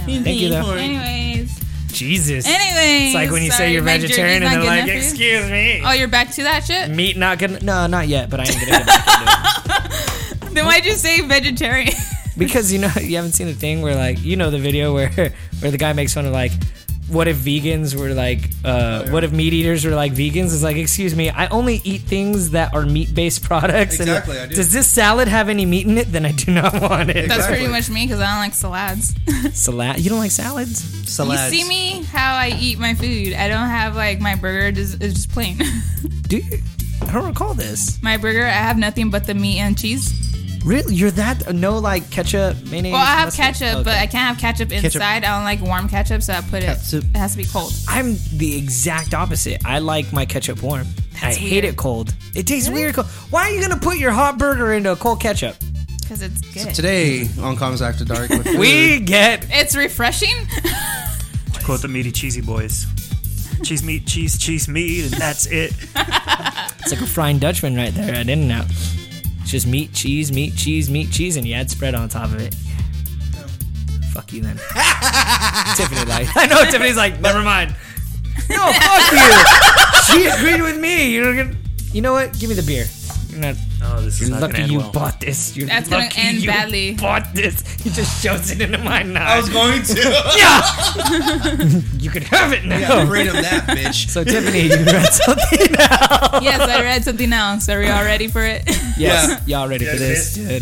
S3: Thank
S2: you, though.
S4: Anyways.
S2: Jesus.
S4: Anyways.
S2: It's like when you say
S4: Sorry,
S2: you're
S4: my jerky's
S2: vegetarian and
S4: not
S2: they're
S4: good
S2: like,
S4: enough for you?
S5: Excuse me.
S4: Oh, you're back to that shit?
S2: meat not gonna. No, not yet, but I am gonna. Get [laughs] back into it.
S3: Mm.
S4: Then why'd you say vegetarian? [laughs]
S2: because you know you haven't seen the thing where like you know the video where where the guy makes fun of like what if vegans were like
S3: Oh,
S2: uh what if meat eaters were like vegans it's like excuse me i only eat things that are meat based [laughs] products And,
S3: Exactly, I do.
S2: does this salad have any meat in it then i do not [laughs] want it
S4: That's
S3: Exactly.
S4: pretty much me because I don't like salads. [laughs]
S2: salad you don't like salads
S4: you
S3: Salads.
S4: see me how I eat my food. I don't have like my burger just, is just plain. [laughs]
S2: do you i don't recall this
S4: my burger, I have nothing but the meat and cheese.
S2: really you're that uh, no like ketchup mayonnaise
S4: Well, I have
S2: mustard?
S4: ketchup, but I
S2: Okay.
S4: can't have ketchup inside. I don't like warm ketchup, so I put it.
S3: Ketchup.
S4: It has to be cold.
S2: i'm the exact opposite i like my ketchup warm i
S4: That's
S2: hate
S4: weird.
S2: it cold it tastes weird cold why are you gonna put your hot burger into a cold ketchup
S4: Because it's good.
S3: Today on Comics After Dark,
S4: [laughs]
S3: with food,
S2: We get
S4: it's refreshing.
S5: Quote the meaty cheesy boys. Cheese meat, cheese, cheese meat, and that's it.
S2: it's like a frying Dutchman right there at In and Out. It's just meat, cheese, meat, cheese, meat, cheese, and you add spread on top of it. Fuck [laughs] you then. Tiffany like I know Tiffany's like, never mind. No, fuck you. She agreed with me. You're gonna, you know what? Give me the beer. You're not
S5: Oh, this is not gonna
S2: lucky
S5: end
S2: you
S5: well.
S2: bought this. You're
S4: That's gonna
S2: lucky
S4: end
S2: you
S4: badly.
S2: Bought this. He just shoves it into my
S3: I
S2: mouth.
S3: was going [laughs] to.
S2: [laughs] Yeah. you can have it now.
S3: yeah, afraid of that, bitch.
S2: So Tiffany, you [laughs] read something now.
S4: yes, I read something else. Are we all ready for it?
S2: Yes, y'all ready for this?
S5: Yes,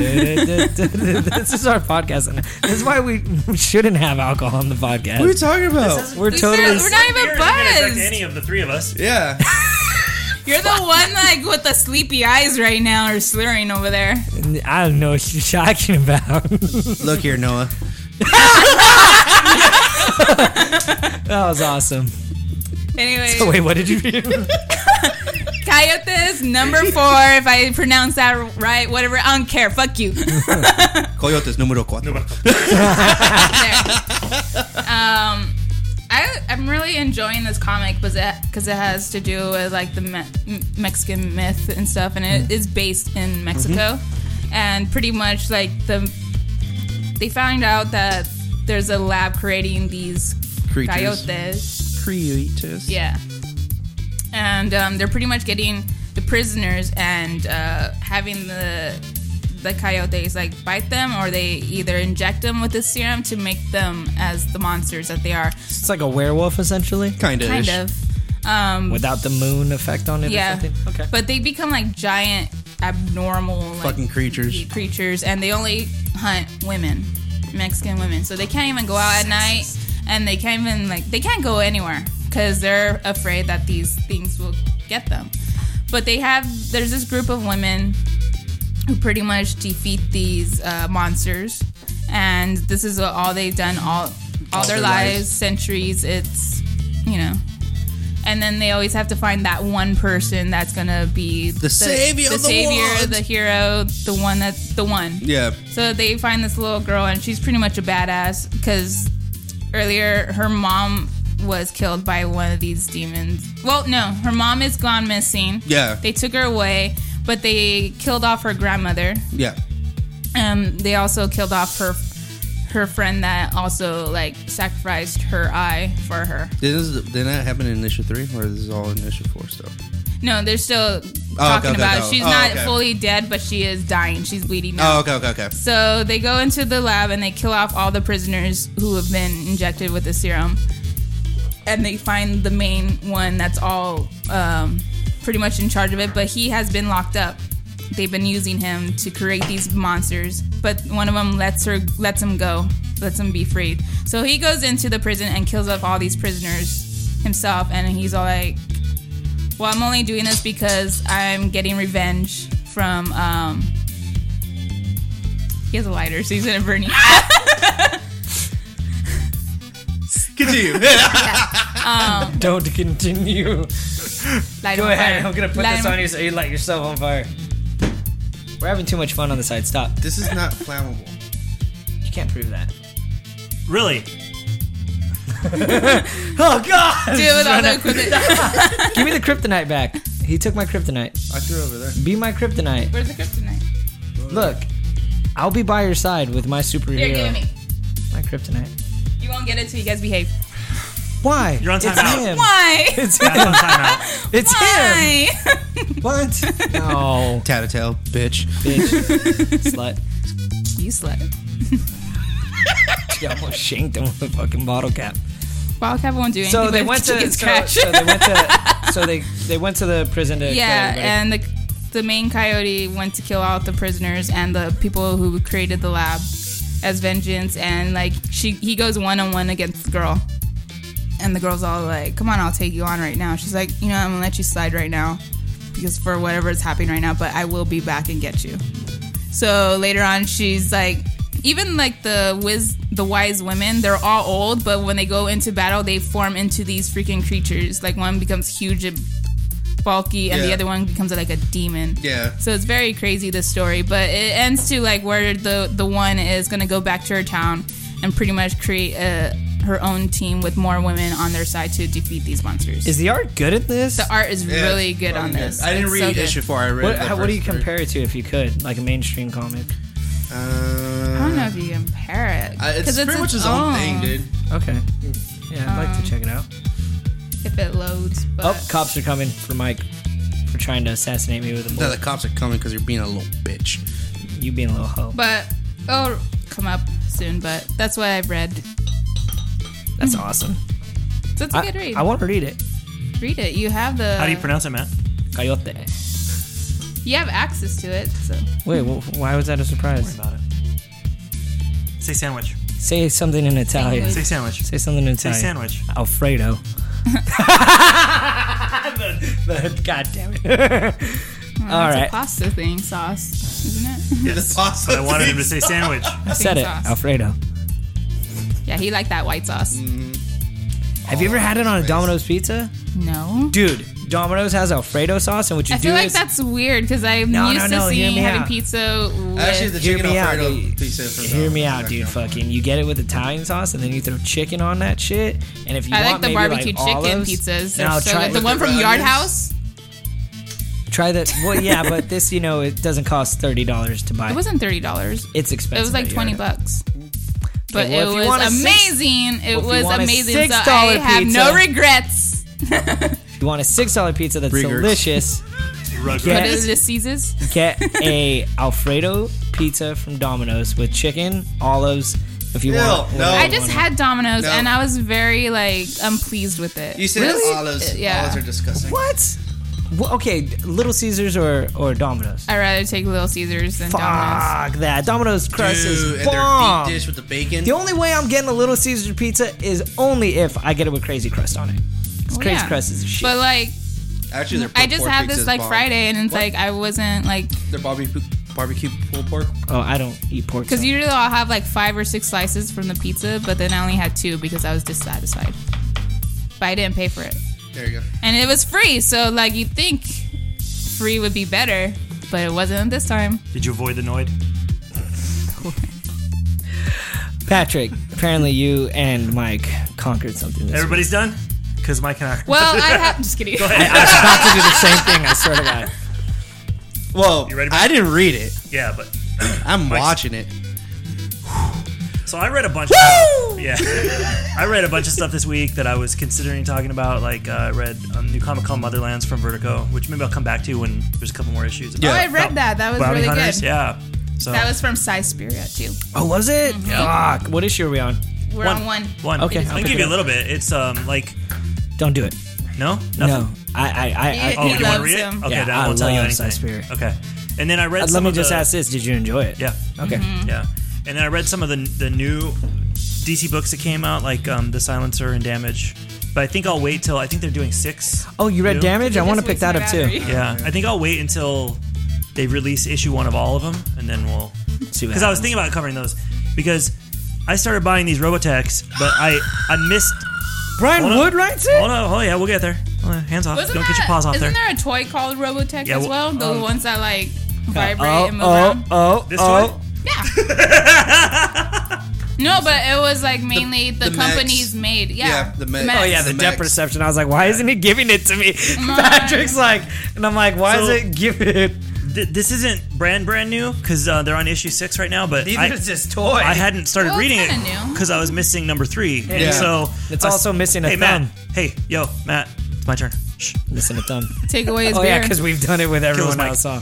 S2: this is our podcast, and this is why we shouldn't have alcohol on the
S3: what are you
S2: podcast.
S3: talking about?
S2: We're
S4: This is-
S2: totally.
S4: we're not
S5: Beer
S4: even
S5: isn't gonna affect
S4: buzzed.
S5: Any of the three of us.
S3: Yeah.
S4: You're the one like with the sleepy eyes right now, or slurring over there.
S2: I don't know what you're talking about.
S3: Look here, Noah.
S2: that was awesome. [laughs]
S4: Anyway.
S2: Oh, wait, what did you read?
S4: Coyotes number four. if I pronounce that right, whatever. I don't care. Fuck you. [laughs]
S3: Coyotes número cuatro.
S4: There. Um, I I'm really enjoying this comic because it because it has to do with like the me- m- Mexican myth and stuff, and
S3: Mm-hmm.
S4: it is based in Mexico, and pretty much like the they found out that there's a lab creating these
S3: Creatures.
S4: coyotes.
S3: Creatures.
S4: Yeah. And um, they're pretty much getting the prisoners and uh, having the the coyotes like bite them, or they either inject them with the serum to make them as the monsters that they are.
S2: It's like a werewolf, essentially,
S3: Kind of.
S4: Kind of. Um,
S2: without the moon effect on it.
S4: yeah.
S2: or something. Okay.
S4: But they become like giant, abnormal like,
S3: Fucking creatures.
S4: creatures, and they only hunt women, Mexican women. So they can't even go out at night, and they can't even like they can't go anywhere because they're afraid that these things will get them. But they have there's this group of women who pretty much defeat these uh, monsters, and this is what all they've done all all, their,
S3: their
S4: lives,
S3: lives.
S4: centuries. It's you know. And then they always have to find that one person that's gonna be the,
S3: savior
S4: the
S3: of the
S4: savior,
S3: world.
S4: the hero, the one that the one.
S3: Yeah.
S4: So they find this little girl, and she's pretty much a badass because earlier her mom was killed by one of these demons. Well, no, her mom is gone missing.
S3: Yeah.
S4: They took her away, but they killed off her grandmother.
S3: Yeah.
S4: Um, they also killed off her her friend that also like sacrificed her eye for her.
S3: Did this, didn't that happen in initial three, or is this all initial four still?
S4: No, they're still talking
S3: okay,
S4: about.
S3: okay.
S4: She's
S3: Oh,
S4: not
S3: okay.
S4: fully dead, but she is dying. She's bleeding out.
S3: Oh, okay, okay, okay.
S4: So they go into the lab and they kill off all the prisoners who have been injected with the serum. And they find the main one that's all um, pretty much in charge of it, but he has been locked up. They've been using him to create these monsters, but one of them lets her lets him go, lets him be freed. So he goes into the prison and kills off all these prisoners himself, and he's all like, "Well, I'm only doing this because I'm getting revenge from um, he has a lighter, so he's gonna burn you.
S3: Continue.
S2: Don't continue.
S4: Light
S2: Go
S4: him on
S2: ahead.
S4: fire.
S2: I'm gonna put
S4: Light
S2: this
S4: him-
S2: on you so you light yourself on fire. We're having too much fun on the side. Stop.
S3: this is not flammable.
S2: You can't prove that. [laughs]
S5: Really?
S2: Oh God!
S4: Dude,
S2: [laughs]
S4: with all the equipment.
S2: Give me the kryptonite back. He took my kryptonite.
S3: I threw it over there.
S2: Be my kryptonite.
S4: Where's the kryptonite?
S2: Look, I'll be by your side with my superhero.
S4: Here, give it me.
S2: My kryptonite.
S4: You won't get it till you guys behave.
S2: Why?
S5: You're on
S2: It's
S5: timeout.
S2: him. [laughs]
S4: Why?
S2: It's him.
S5: That's on
S2: [laughs]
S5: timeout.
S2: It's him.
S4: Why? [laughs]
S2: What? No,
S3: Tattletale, bitch.
S2: bitch, slut.
S4: you slut.
S2: She almost shanked him with a fucking bottle cap.
S4: Bottle cap won't do anything.
S2: So they
S4: but
S2: went
S4: she
S2: to
S4: gets
S2: so,
S4: crashed.
S2: so they went to so they they went to the
S4: [laughs]
S2: prison to kill
S4: yeah,
S2: everybody.
S4: and the the main coyote went to kill all the prisoners and the people who created the lab as vengeance. And like she, he goes one on one against the girl, and the girl's all like, "Come on, I'll take you on right now." She's like, "You know, I'm gonna let you slide right now because for whatever is happening right now, but I will be back and get you." So later on, she's like, even like the wiz, the wise women, they're all old, but when they go into battle, they form into these freaking creatures. Like one becomes huge and bulky, and the
S3: Yeah.
S4: other one becomes like a demon.
S3: Yeah.
S4: So it's very crazy this story, but it ends to like where the the one is gonna go back to her town and pretty much create a, her own team with more women on their side to defeat these monsters.
S2: is the art good at this?
S4: the art is
S3: Yeah,
S4: really
S3: it's
S4: good
S3: fucking
S4: on this.
S3: I didn't
S4: It's
S3: read
S4: so good.
S3: issue four. I read.
S2: what,
S3: the
S2: how, what do you
S3: first three.
S2: compare it to if you could, like a mainstream comic?
S3: Uh,
S4: I don't know if you compare it
S3: I- Uh, it's
S4: 'cause
S3: pretty much his own thing, dude.
S2: Okay, yeah, I'd like to check it out.
S4: If it loads, but
S2: Oh, cops are coming for Mike for trying to assassinate me with a
S3: Now
S2: bullet.
S3: the cops are coming because you're being a little bitch.
S2: You being a little hoe.
S4: but it'll come up soon. But that's what I've read.
S2: That's awesome.
S4: So it's a good
S2: I,
S4: read.
S2: I want to read it.
S4: read it. You have the
S5: How do you pronounce it, Matt?
S2: Coyote.
S4: you have access to it. So
S2: Wait, wh- why was that a
S5: Worry
S2: surprise?
S5: about it. Say sandwich.
S2: Say something in Italian.
S5: Say sandwich.
S2: Say something in
S5: Say
S2: Italian.
S5: sandwich.
S2: Alfredo.
S4: [laughs]
S2: the, the, God damn
S4: [laughs]
S2: it.
S4: Well,
S2: All
S4: it's
S2: right.
S4: a pasta thing sauce, isn't it?
S5: Yes.
S3: awesome.
S5: I wanted him to say [laughs] sandwich.
S2: I said it.
S4: sauce.
S2: Alfredo.
S4: yeah, he liked that white sauce.
S3: Mm.
S2: Have you ever had it on a Domino's pizza?
S4: No.
S2: Dude, Domino's has Alfredo sauce, and what you
S4: I
S2: do
S4: feel like
S2: is
S4: that's weird because I'm
S2: No,
S4: used
S2: no, no,
S4: to
S2: hear
S4: seeing
S2: me
S4: having
S2: out.
S4: pizza with.
S3: Actually, the
S2: Hear
S3: chicken
S2: me out,
S3: Alfredo
S2: dude.
S3: pizza. For
S2: Hear me
S3: Domino's
S2: out,
S3: back
S2: dude.
S3: down.
S2: Fucking, you get it with Italian sauce, and then you throw chicken on that shit. And if you
S4: I like
S2: want,
S4: the
S2: maybe
S4: barbecue
S2: like
S4: chicken
S2: olives.
S4: pizzas. They're
S2: Now
S4: so
S2: try
S4: good. The
S3: With
S4: one
S3: the
S4: from Yard
S3: brownies?
S4: House.
S2: try that. Well, yeah, but this, you know, it doesn't cost thirty dollars to buy.
S4: It wasn't thirty dollars.
S2: it's expensive.
S4: It was like
S2: at
S4: twenty
S2: Yard.
S4: bucks. But
S2: well, if you
S4: it
S2: want a
S4: was
S2: six-
S4: amazing. it
S2: well, if you
S4: was
S2: want a
S4: amazing. So
S2: $6
S4: I have no
S2: pizza- [laughs]
S4: regrets.
S2: If you want a six dollar pizza that's
S3: Riggers.
S2: delicious,
S5: Rugrats.
S4: What
S2: Get-
S4: is this Caesar's?
S2: get a Alfredo pizza from Domino's with chicken, olives. If you
S3: Ew,
S2: want,
S3: no.
S4: I just had Domino's
S3: Oh, No.
S4: and I was very like unpleased with it.
S3: You said
S4: Really?
S3: olives.
S4: Uh, yeah.
S3: Olives are disgusting.
S2: what? Wha- Okay, Little Caesars or or Domino's.
S4: I'd rather take Little Caesar's than Domino's.
S2: Fuck that. Domino's crust
S3: Dude,
S2: is
S3: and their
S2: bomb.
S3: deep dish with the bacon.
S2: The only way I'm getting a Little Caesar pizza is only if I get it with crazy crust on it.
S4: Well,
S2: Crazy
S4: Oh, yeah.
S2: crust is shit.
S4: But like,
S3: Actually, they're
S4: I just had this like Friday, and it's
S3: What?
S4: like I wasn't like
S3: They're barbecue barbecue pulled pork.
S2: oh, I don't eat pork.
S4: because
S2: so-
S4: usually I'll have like five or six slices from the pizza, but then I only had two because I was dissatisfied. But I didn't pay for it,
S3: There you go.
S4: and it was free. So like you would think free would be better, but it wasn't this time.
S5: Did you avoid the Noid?
S2: Patrick, apparently you and Mike conquered something. This week.
S5: Everybody's done? Because Mike and I.
S4: Well, I
S5: [laughs]
S4: have just kidding.
S2: I was about to do the [laughs] same thing. I swear to God.
S3: Well,
S5: You ready, Mike?
S3: I didn't read it.
S5: yeah, but.
S3: I'm
S5: Mike's-
S3: watching it.
S5: So I read a bunch of yeah, [laughs] I read a bunch of stuff this week that I was considering talking about. Like uh, I read um, New Comic Con Motherlands from Vertigo, which maybe I'll come back to when there's a couple more issues. About
S4: Oh, I read that. That was
S5: bounty
S4: really
S5: hunters.
S4: good.
S5: Yeah, so
S4: That was from Cy Spirit too.
S2: Oh, was it?
S4: Mhm.
S2: Ah, what issue are we on?
S4: We're on one.
S5: One.
S2: Okay,
S5: I'll
S2: I'll
S5: give
S2: pick
S5: you
S2: it
S5: a
S2: up.
S5: little bit. It's um like
S2: Don't do it.
S5: no, nothing.
S2: No, I, I, I. I
S4: Yeah. He
S5: Oh, you want to
S4: loves
S5: read it?
S4: him.
S5: Okay,
S2: Yeah,
S5: then
S2: I
S5: I won't tell you
S2: love
S5: anything.
S2: Suspiria.
S5: Okay, and then I read.
S2: let
S5: some
S2: me
S5: of
S2: just
S5: the-
S2: ask this: Did you enjoy it?
S5: Yeah.
S2: Okay.
S4: Mm-hmm.
S5: Yeah, and then I read some of the the new DC books that came out, like um, The Silencer and Damage. But I think I'll wait till I think they're doing six.
S2: Oh, you read
S5: Nope.
S2: Damage? I
S4: It
S2: want to
S4: just
S2: pick
S4: wastes
S2: that
S4: my
S2: up
S4: battery.
S2: too.
S5: Yeah, I think I'll wait until they release issue one of all of them, and then we'll.
S2: See what
S5: Because I was
S2: happens.
S5: thinking about covering those, because I started buying these Robotechs, but I I
S2: [gasps]
S5: missed.
S2: Brian
S5: Hold on.
S2: Wood writes it.
S5: Hold on, oh yeah, we'll get there. Hold on, hands off!
S4: Wasn't
S5: Don't
S4: that,
S5: get your paws off
S4: isn't
S5: there.
S4: a toy called Robotech
S5: Yeah,
S4: as
S5: well,
S4: well? The
S5: um,
S4: ones that like vibrate
S2: Oh,
S4: and move
S2: oh,
S4: around.
S2: oh,
S5: This
S2: oh.
S5: one?
S4: Yeah. no, but it was like mainly the,
S3: the mechs.
S4: companies made. Yeah,
S3: Yeah, the mech.
S2: Oh yeah,
S3: It's
S2: the
S3: the
S2: depth
S3: max.
S2: perception. I was like, why isn't he giving it to me? [laughs]
S4: on.
S2: Patrick's like, and I'm like, why
S5: So-
S2: is it giving it?
S5: Th- this isn't brand brand new because uh, they're on issue six right now, but I,
S2: this toy.
S5: I hadn't started
S4: Well, it's
S5: reading
S4: kinda
S5: it
S4: new.
S5: because I was missing number three. And
S3: Yeah.
S5: so
S2: It's
S5: I was-
S2: also missing a
S5: hey
S2: thumb.
S5: Matt, hey yo Matt, it's my turn. Shh.
S2: Listen to thumb.
S4: Take away his
S2: Oh
S4: beer.
S2: yeah, because we've done it with everyone
S5: Mike.
S2: else. Huh?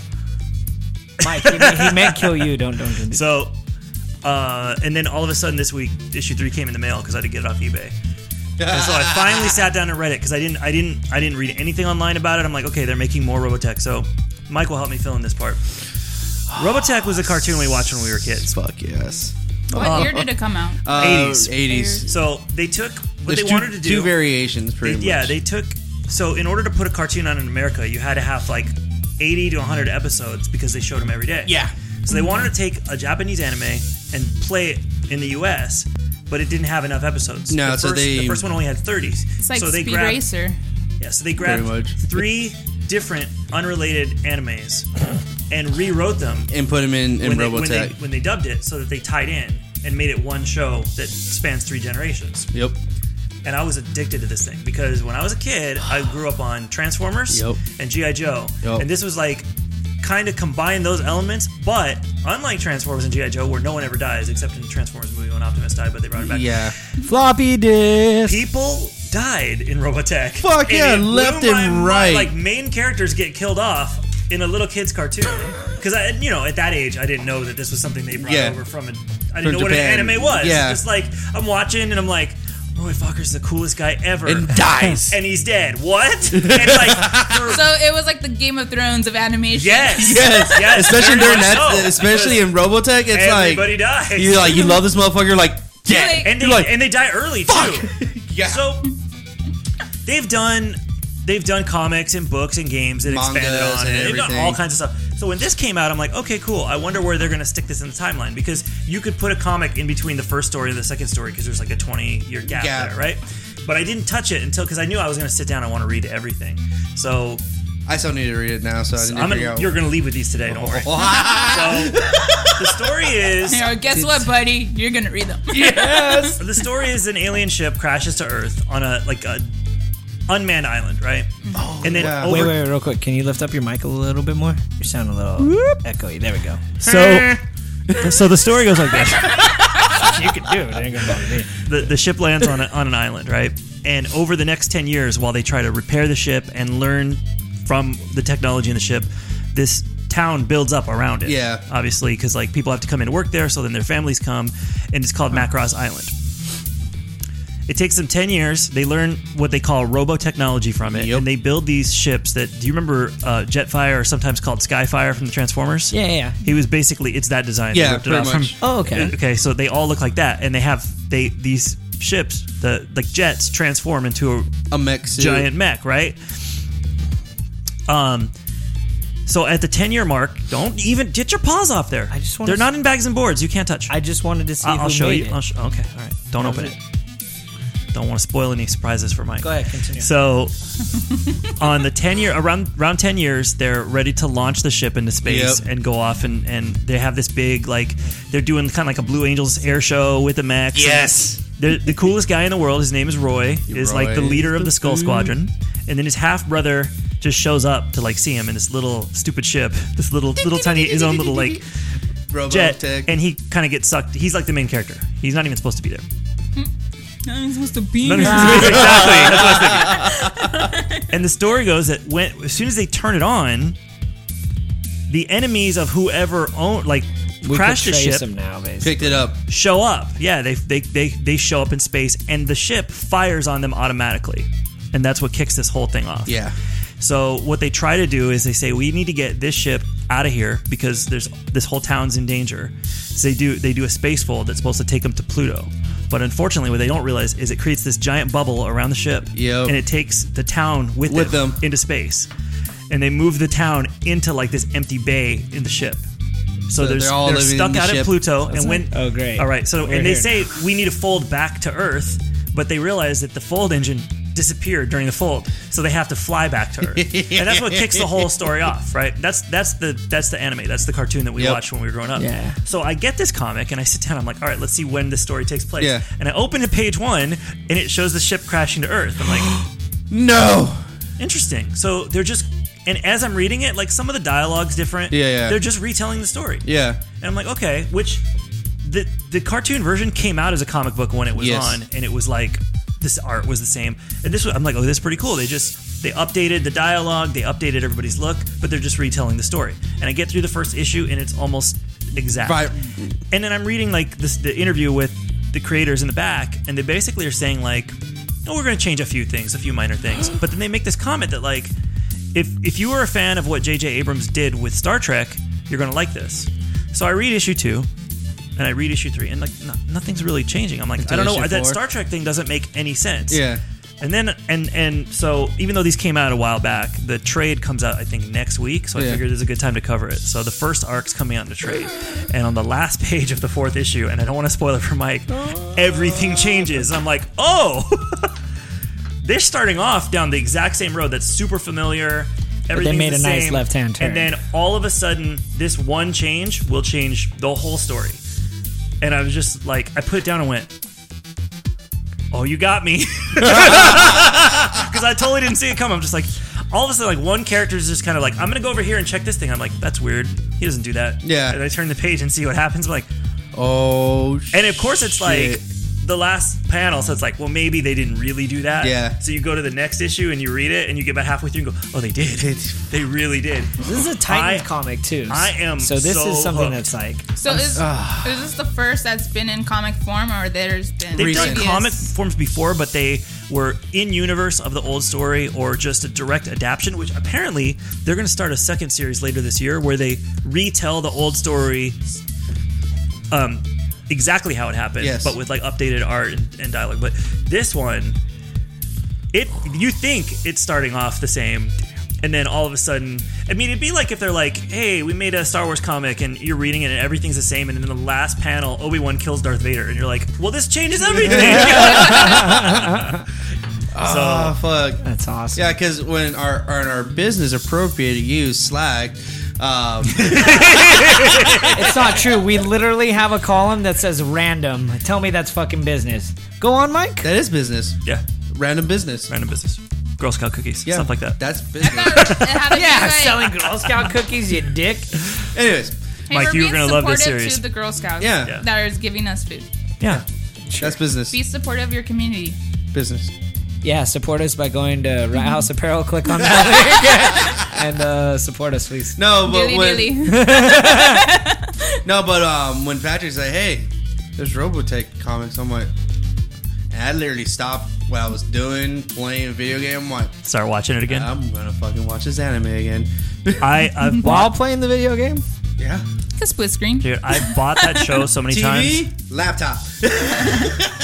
S2: Mike, he, meant- he meant kill you. Don't don't do this.
S5: So, uh, and then all of a sudden this week, issue three came in the mail because I had to get it off eBay. and so I finally sat down and read it because I didn't, I didn't, I didn't read anything online about it. I'm like, okay, they're making more Robotech. So, Mike will help me fill in this part. Robotech was a cartoon we watched when we were kids.
S3: Fuck yes.
S2: [laughs]
S4: what year did it come out?
S3: Uh,
S5: 80s.
S3: 80s.
S5: So they took what
S3: There's
S5: they
S3: two,
S5: wanted to do.
S3: two variations, pretty
S5: They-
S3: much.
S5: yeah, they took. So in order to put a cartoon on in America, you had to have like 80 to 100 episodes because they showed them every day.
S3: Yeah.
S5: So they wanted to take a Japanese anime and play it in the U.S., but it didn't have enough episodes.
S3: No,
S5: the
S3: so
S5: first,
S3: they-
S5: the first one only had 30s.
S4: It's like
S5: so they
S4: Speed
S5: grabbed,
S4: Racer.
S5: Yeah, so they grabbed
S3: Pretty much.
S5: three different unrelated animes and rewrote them
S3: and put him in in
S5: when they, when, they,
S3: Robotech.
S5: when they dubbed it so that they tied in and made it one show that spans three generations
S3: yep.
S5: and I was addicted to this thing because when I was a kid,
S3: [sighs]
S5: I grew up on Transformers
S3: Yup.
S5: and GI Joe,
S3: Yup.
S5: and this was like kind of combine those elements. But unlike Transformers and GI Joe, where no one ever dies except in the Transformers movie when Optimus died, but they brought it back.
S3: Yeah.
S2: Floppy disk.
S5: people died in Robotech.
S3: Fuck yeah,
S5: it blew
S3: left
S5: my
S3: and
S5: mind,
S3: right.
S5: Like main characters get killed off in a little kid's
S3: [coughs]
S5: cartoon because I, you know, at that age, I didn't know that this was something they brought
S3: Yeah.
S5: over from a. I
S3: From
S5: didn't know what an
S3: Japan.
S5: anime was.
S3: Yeah.
S5: It's just like I'm watching and I'm like. Roy Fokker's the coolest guy ever.
S3: And
S5: [laughs]
S3: [laughs] dies.
S5: And he's dead. What? [laughs] And like, for-
S4: So it was like the Game of Thrones of animation.
S5: yes.
S3: [laughs] Yes. [laughs]
S5: Yes.
S3: Especially
S5: very
S3: during
S5: much
S3: that,
S5: so,
S3: especially in Robotech, it's
S5: because
S3: like
S5: Everybody dies.
S3: you like you love this motherfucker, like yeah,
S4: Like-
S5: and they,
S3: You're like,
S5: and they die early too.
S3: [laughs] yeah.
S5: So they've done they've done comics and books and games that expanded
S3: Mangas
S5: on
S3: and
S5: it. They've done
S3: everything.
S5: all kinds of stuff. So when this came out, I'm like, okay, cool. I wonder where they're going to stick this in the timeline because you could put a comic in between the first story and the second story because there's like a 20 year gap
S3: Gap.
S5: there, right? But I didn't touch it until because I knew I was going to sit down. and want to read everything. So
S3: I still need to read it now, so I didn't
S5: I'm
S3: figure
S5: gonna,
S3: out.
S5: you're going to leave with these today. Don't worry. So
S3: Ah,
S5: the
S4: [laughs]
S5: story is
S4: You know, guess what, buddy? You're gonna read them.
S2: Yes.
S5: the story is an alien ship crashes to Earth on a like a unmanned island, right?
S3: [gasps]
S5: Oh, and then
S3: yeah.
S5: over
S2: Wait, wait, wait, real quick. Can you lift up your mic a little bit more? You sound a little echoey. There we go. So,
S5: [laughs]
S2: so the story goes like this. [laughs] you can do it. It ain't gonna bother me.
S5: the, the ship lands on, a, on an island, right? And over the next 10 years, while they try to repair the ship and learn from the technology in the ship, this town builds up around it.
S3: Yeah.
S5: Obviously, because like people have to come in to work there, so then their families come, and it's called Macross Island. It takes them 10 years. They learn what they call robotechnology from it,
S3: Yep.
S5: and they build these ships that, do you remember uh, Jetfire or sometimes called Skyfire from the Transformers?
S2: Yeah, yeah, yeah.
S5: He was basically, it's that design. They
S3: yeah,
S5: ripped it
S3: pretty
S5: off
S3: much.
S2: Oh, okay.
S5: Okay, so they all look like that, and they have they these ships, the like jets, transform into a
S3: a mech suit.
S5: giant mech, right? Um. So at the ten year mark, don't even get your paws off there.
S2: I just wanna
S5: they're
S2: s-
S5: not in bags and boards. You can't touch.
S2: I just wanted to see
S5: I'll,
S2: who
S5: I'll show
S2: made
S5: you.
S2: it.
S5: I'll sh- okay, all right. Don't
S2: That
S5: open
S2: was
S5: it. Don't want to spoil any surprises for Mike.
S2: Go ahead, continue.
S5: So, on the ten year around around ten years, they're ready to launch the ship into space
S3: Yep.
S5: and go off and and they have this big like they're doing kind of like a Blue Angels air show with the mechs. and
S3: Yes.
S5: the, the coolest guy in the world. His name is Roy. Is like the
S3: Roy.
S5: leader of the Skull Squadron, and then his half brother just shows up to like see him in this little stupid ship, this little little tiny his own little like jet,
S3: Robotech.
S5: and he kind of gets sucked. He's like the main character. He's not even supposed to be there.
S4: Not even supposed to be.
S5: None of
S4: here.
S5: these- [laughs] exactly. That's what I
S2: [laughs]
S5: was thinking. and the story goes that when as soon as they turn it on, the enemies of whoever owned like
S2: We
S5: crashed
S2: could
S5: the
S2: trace
S5: ship
S2: him now, basically.
S3: picked it up.
S5: show up. Yeah, they, they they they show up in space, and the ship fires on them automatically, and that's what kicks this whole thing off.
S3: Yeah.
S5: So what they try to do is they say we need to get this ship out of here because there's this whole town's in danger. So they do they do a space fold that's supposed to take them to Pluto. But unfortunately, what they don't realize is it creates this giant bubble around the ship,
S3: Yep.
S5: and it takes the town with,
S3: With
S5: it
S3: them.
S5: into space, and they move the town into like this empty bay in the ship. So, there's,
S3: they're all
S5: they're
S3: living in
S5: stuck
S3: the
S5: out at
S3: ship.
S5: Pluto, and when
S2: Oh, great.
S5: all right, so
S2: We're
S5: and they
S2: here
S5: say we need to fold back to Earth, but they realize that the fold engine disappeared during the fold, so they have to fly back to Earth,
S3: [laughs]
S5: and that's what kicks the whole story off, right? That's that's the that's the anime, that's the cartoon that we
S3: Yep.
S5: watched when we were growing up.
S2: Yeah.
S5: So I get this comic and I sit down, I'm like, all right, let's see when this story takes place.
S3: Yeah.
S5: And I open to page one, and it shows the ship crashing to Earth. I'm like. [gasps]
S3: No.
S5: Interesting. So they're just, and as I'm reading it, like some of the dialogue's different.
S3: Yeah, yeah.
S5: They're just retelling the story.
S3: Yeah.
S5: And I'm like, okay, which the the cartoon version came out as a comic book when it was
S3: Yes.
S5: on, and it was like this art was the same. And this was, I'm like, oh, this is pretty cool. They just they updated the dialogue, they updated everybody's look, but they're just retelling the story. And I get through the first issue, and it's almost exact.
S3: Right.
S5: And then I'm reading like this the interview with the creators in the back, and they basically are saying like, "Oh, we're going to change a few things, a few minor things," but then they make this comment that like, if if you were a fan of what J.J. Abrams did with Star Trek, you're going to like this. So I read issue two, and I read issue three, and like no, nothing's really changing. I'm like,
S3: Until
S5: I don't know
S3: issue
S5: why that
S3: four.
S5: Star Trek thing doesn't make any sense.
S3: Yeah.
S5: And then and and so even though these came out a while back, the trade comes out I think next week, so I
S3: Yeah.
S5: figured this is a good time to cover it. So the first arc's coming out in the trade, and on the last [laughs] page of the fourth issue, and I don't want to spoil it for
S3: [laughs]
S5: Mike, everything changes. I'm like, oh, [laughs] they're starting off down the exact same road that's super familiar. everything's
S2: made
S5: the
S2: a nice
S5: same,
S2: left-hand turn.
S5: and then all of a sudden, this one change will change the whole story. And I was just like, I put it down and went, "Oh, you got me." [laughs] because I totally didn't see it come. I'm just like, all of a sudden, like one character is just kind of like, I'm gonna go over here and check this thing. I'm like, that's weird. He doesn't do that.
S3: Yeah.
S5: And I turn the page and see what happens. I'm like,
S3: Oh.
S5: and of course it's like
S3: shit.
S5: the last panel, so it's like, well, maybe they didn't really do that.
S3: Yeah.
S5: So you go to the next issue and you read it, and you get about halfway through and go, oh, they did. [laughs] they really did.
S2: This is a Titan
S5: I-
S2: comic too.
S5: I am
S2: So this
S5: so
S2: is something
S5: hooked.
S2: that's like
S4: So is, is this the first that's been in comic form, or there's been
S5: They've done
S3: Recent.
S4: [laughs]
S5: comic forms before, but they were in universe of the old story or just a direct adaptation, which apparently they're going to start a second series later this year where they retell the old story um, exactly how it happened,
S3: Yes.
S5: but with like updated art and, and dialogue. But this one, it you think it's starting off the same. And then all of a sudden, I mean, it'd be like if they're like, "Hey, we made a Star Wars comic, and you're reading it, and everything's the same." And then the last panel, Obi Wan kills Darth Vader, and you're like, "Well, this changes
S3: [laughs]
S5: everything."
S3: Oh fuck.
S2: that's awesome.
S3: Yeah, because when our our, our business appropriated use Slack,
S5: [laughs]
S3: um,
S2: It's not true. We literally have a column that says random. Tell me that's fucking business. Go on, Mike.
S3: that is business.
S5: Yeah,
S3: Random business.
S5: random business, Girl Scout cookies,
S3: Yeah,
S5: stuff like that.
S3: That's
S4: It [laughs]
S3: business.
S4: had to
S2: [laughs]
S4: be
S2: Yeah,
S4: like-
S2: selling Girl Scout cookies, you dick.
S3: Anyways,
S4: Hey,
S5: Mike,
S4: we're
S5: you were
S4: being
S5: gonna love this
S4: supportive
S5: series.
S4: To the Girl Scouts
S3: Yeah.
S5: Yeah.
S4: that is giving us food.
S5: yeah,
S3: that's business.
S4: Be supportive of your community.
S3: Business.
S2: Yeah, support us by going to Rat House Apparel. Click on [laughs] that link and uh, support us, please.
S3: No, but
S4: Dilly
S3: when
S4: dilly.
S3: no, but um, when Patrick's like, "Hey, there's Robotech comics," I'm like, and I literally stopped what I was doing, playing a video game. I'm like,
S5: start watching it again.
S3: I'm gonna fucking watch this anime again.
S5: I I've
S2: While playing the video game,
S3: yeah,
S4: The split screen.
S5: Dude, I bought that show
S3: [laughs]
S5: so many times.
S3: TV, laptop.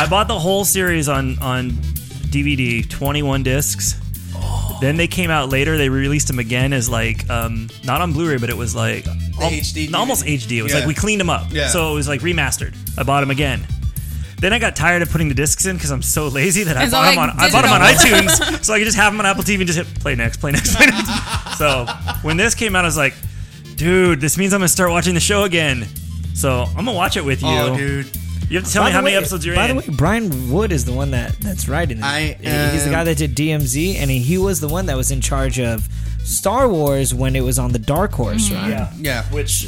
S5: I bought the whole series on on DVD, 21 discs. Then they came out later. They released them again as like um, not on Blu-ray, but it was like al-
S3: HD DVD.
S5: almost HD. It was like
S3: Yeah.
S5: we cleaned them up,
S3: Yeah.
S5: so it was like remastered. I bought them again. Then I got tired of putting the discs in because I'm so lazy that I
S4: It's
S5: bought
S4: all,
S5: them on
S4: like,
S5: I bought 'em on
S4: digital.
S5: [laughs] iTunes, so I could just have them on Apple TV and just hit play next, play next, play next.
S2: [laughs]
S5: So when this came out, I was like, dude, this means I'm gonna start watching the show again. So I'm gonna watch it with you.
S3: Oh, dude.
S5: You have to tell
S2: By
S5: me
S2: the
S5: how many
S2: way-
S5: episodes you're
S2: By
S5: in.
S2: the way, Brian Wood is the one that that's writing it.
S3: I
S2: He's the
S3: am-
S2: guy that did DMZ, and he was the one that was in charge of Star Wars when it was on the Dark Horse, right?
S5: Mm-hmm.
S3: Yeah.
S5: Yeah. Which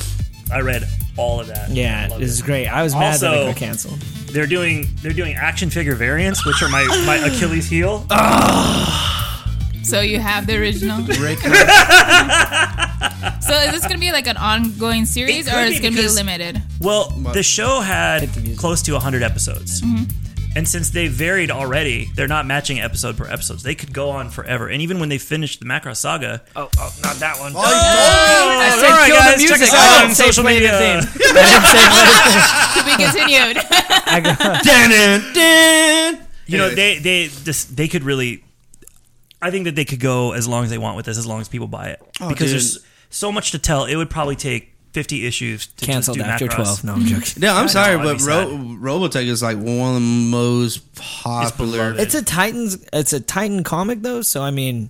S5: I read all of that.
S2: Yeah,
S5: I love
S2: this is great. I was mad that it
S5: Also-
S2: got canceled.
S5: They're doing they're doing action figure variants, which are my, [gasps] my Achilles heel.
S4: So you have the original.
S3: [laughs] Rick,
S4: So is this gonna be like an ongoing series,
S5: It
S4: or
S5: could
S4: is
S5: be
S4: it gonna be
S5: because-
S4: limited?
S5: Well,
S3: What?
S5: the Mm-hmm. show had
S2: the music.
S5: close to 100 episodes. And since they varied already, they're not matching episode per episode. They could go on forever. And even when they finished the Macross Saga,
S2: Oh, not that one.
S3: oh,
S2: I
S5: all right,
S2: said kill
S5: guys,
S2: the music.
S5: check
S2: Oh,
S5: us
S2: I
S5: out
S2: didn't
S5: on
S2: say
S5: social
S2: play the
S5: media.
S2: theme. I didn't say play the theme.
S4: To be continued.
S2: I got-
S3: dun, dun, dun.
S5: you know,
S3: Anyways.
S5: they they just they could really. I think that they could go as long as they want with this, as long as people buy it,
S3: Oh,
S5: because
S3: dude.
S5: there's so much to tell. It would probably take 50 issues
S2: [laughs]
S5: to
S2: Canceled
S5: just do
S2: after
S5: Macross.
S2: 12. No, I'm joking.
S3: No, I'm sorry,
S5: know,
S3: but
S5: I'd be
S3: Ro- Robotech is like one of the most popular.
S2: [laughs]
S5: beloved.
S2: It's a Titans. It's a Titan comic though, so I mean,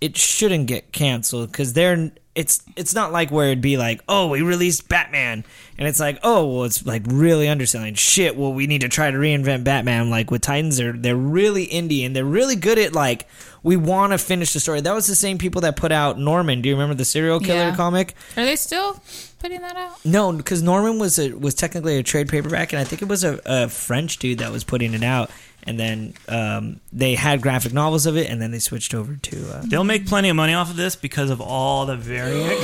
S2: it shouldn't get canceled because they're. It's it's not like where it'd be like, oh, we released Batman, and it's like, oh, well, it's like really underselling. Shit, well, we need to try to reinvent Batman. Like with Titans, they're they're really indie and they're really good at like we want to finish the story. That was the same people that put out Norman. Do you remember the serial killer
S4: Yeah.
S2: comic?
S4: Are they still putting that out?
S2: No, because Norman was a, was technically a trade paperback, and I think it was a, a French dude that was putting it out. And then um, they had graphic novels of it, and then they switched over to uh,
S5: They'll make plenty of money off of this because of all the
S3: [gasps]
S5: variant.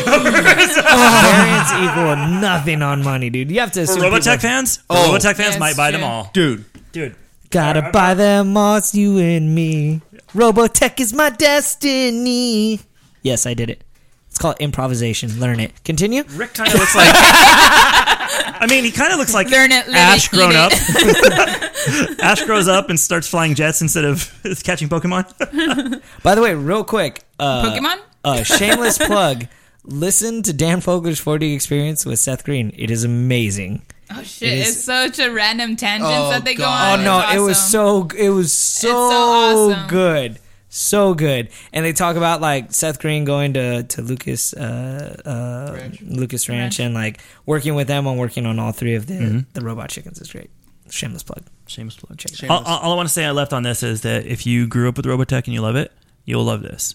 S2: variants equal nothing on money, dude. You have to assume people-
S5: Robotech fans, The
S3: Oh.
S5: Robotech fans
S4: Yes,
S5: might buy them
S4: yeah.
S5: all,
S3: dude.
S5: dude.
S2: Gotta buy them all, it's you and me. Robotech is my destiny. Yes, I did it. It's called improvisation. Learn it. Continue.
S5: Rick kind of looks like. [laughs] I mean, he kind of looks like
S4: Learn it, live
S5: Ash
S4: it, eat
S5: grown
S4: it.
S5: up. Ash grows up [laughs] and starts flying jets instead of [laughs] catching Pokemon.
S2: By the way, real quick, uh,
S4: Pokemon?
S2: uh, shameless [laughs] plug. Listen to Dan Fogler's 4D experience with Seth Green. It is amazing.
S4: Oh shit!
S2: It is-
S4: it's such a random tangent
S3: Oh,
S4: that they go
S3: God.
S4: on.
S2: Oh
S4: It's
S2: no, it was
S4: awesome.
S2: so g- it was so,
S4: awesome.
S2: good. So good. And they talk about like Seth Green going to to Lucas uh, uh, Lucas Ranch,
S4: Ranch.
S2: and like working with them on working on all three of the the robot chickens is great. Mm-hmm. Shameless plug.
S5: Shameless plug.
S2: Check it
S5: All, all- all I want to say I left on this is that if you grew up with Robotech and you love it, you'll love this.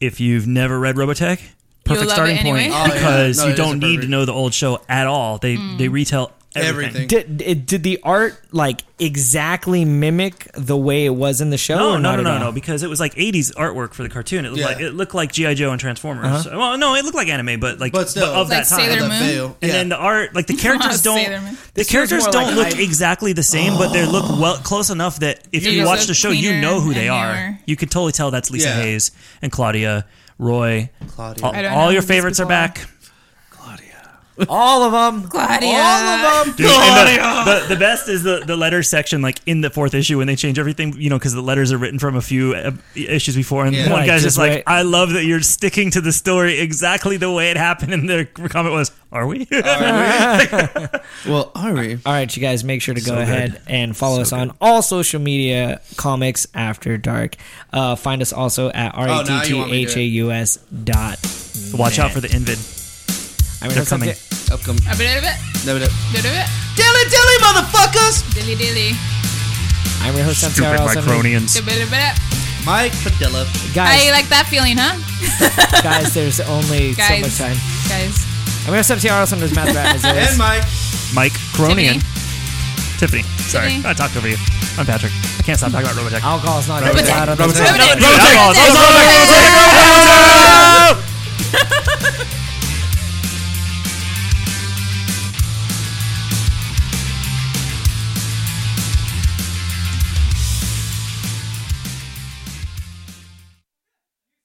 S5: If you've never read Robotech,
S4: You'll
S5: perfect
S4: love
S5: starting
S4: it anyway.
S5: point
S4: Oh,
S3: yeah.
S5: because
S3: No, it
S5: you
S3: is
S5: don't need to
S3: perfect.
S5: know the old show at all. They
S4: Mm.
S5: they retell everything.
S3: Everything.
S2: Did it, did the art like exactly mimic the way it was in the show?
S5: Oh, No,
S2: or not
S5: no, no,
S2: at
S5: no,
S2: all?
S5: no, because it was like '80s artwork for the cartoon. It looked
S3: Yeah. Uh-huh.
S5: like it looked like GI Joe and Transformers. Well, no, it looked like anime, but like
S3: But still.
S5: of
S4: Like
S5: that time.
S4: Sailor
S3: That
S4: Moon?
S3: fail.
S5: And
S3: Yeah.
S5: then the
S4: [laughs]
S5: art, like the characters don't,
S4: Sailor Moon.
S5: the characters
S2: more
S5: don't
S2: like
S5: look
S2: I-
S5: exactly the same, but they look well close enough that if you
S4: Yeah.
S5: watch
S4: So
S5: the show, you
S4: cleaner
S5: know who they
S4: and
S5: are.
S4: newer.
S5: You could totally tell that's Lisa
S3: Yeah.
S5: Hayes and Claudia, Roy.
S3: Claudia.
S5: All,
S4: I don't
S5: all
S4: know who
S5: your
S4: these
S5: favorites are
S4: people are. [laughs]
S5: back.
S2: All of them.
S4: Claudia.
S2: All of them.
S5: Dude,
S3: Oh,
S5: and the, the, the best is the, the letter section, like in the fourth issue when they change everything, you know, because the letters are written from a few uh, issues before. And
S3: Yeah.
S5: one
S2: Right,
S5: guy's
S2: just
S5: just like,
S2: right.
S5: I love that you're sticking to the story exactly the way it happened. [laughs] And their comment was, Are we?
S4: Uh-huh.
S3: Well, are we?
S2: All right, you guys, make sure to go
S5: good.
S2: ahead and follow us on all social media, Comics After Dark. Uh, find us also at r
S3: Oh, now
S2: e
S3: you
S2: t t
S3: want me to
S2: h
S3: do
S2: a
S3: it.
S2: u s dot.
S5: [laughs] Watch out for the Invid.
S2: I mean,
S5: They're
S2: that's
S5: coming.
S2: something-
S3: Upcoming.
S4: A bit of it.
S3: Dilly dilly,
S4: Bit of it.
S3: motherfuckers!
S4: Dilly dilly.
S2: I'm your host, Sensei
S5: Stupid
S2: RL7.
S5: Micronians.
S4: A bit of it.
S3: Mike Padilla.
S4: I
S2: Guys,
S4: like that feeling, huh?
S2: guys, there's only so
S4: Guys.
S2: much time.
S4: Guys.
S2: I'm your host, Sensei RL7. There's Matt Rat. as always.
S3: And Mike.
S5: Mike Cronian.
S4: Tiffany.
S5: Tiffany. Sorry,
S4: Tiffany.
S5: I talked over you. I'm Patrick. I can't stop talking about Robotech.
S2: Alcohol's not
S4: Robotech.
S2: allowed on this
S4: Robotech.
S2: podcast.
S4: Robotech. Robotech.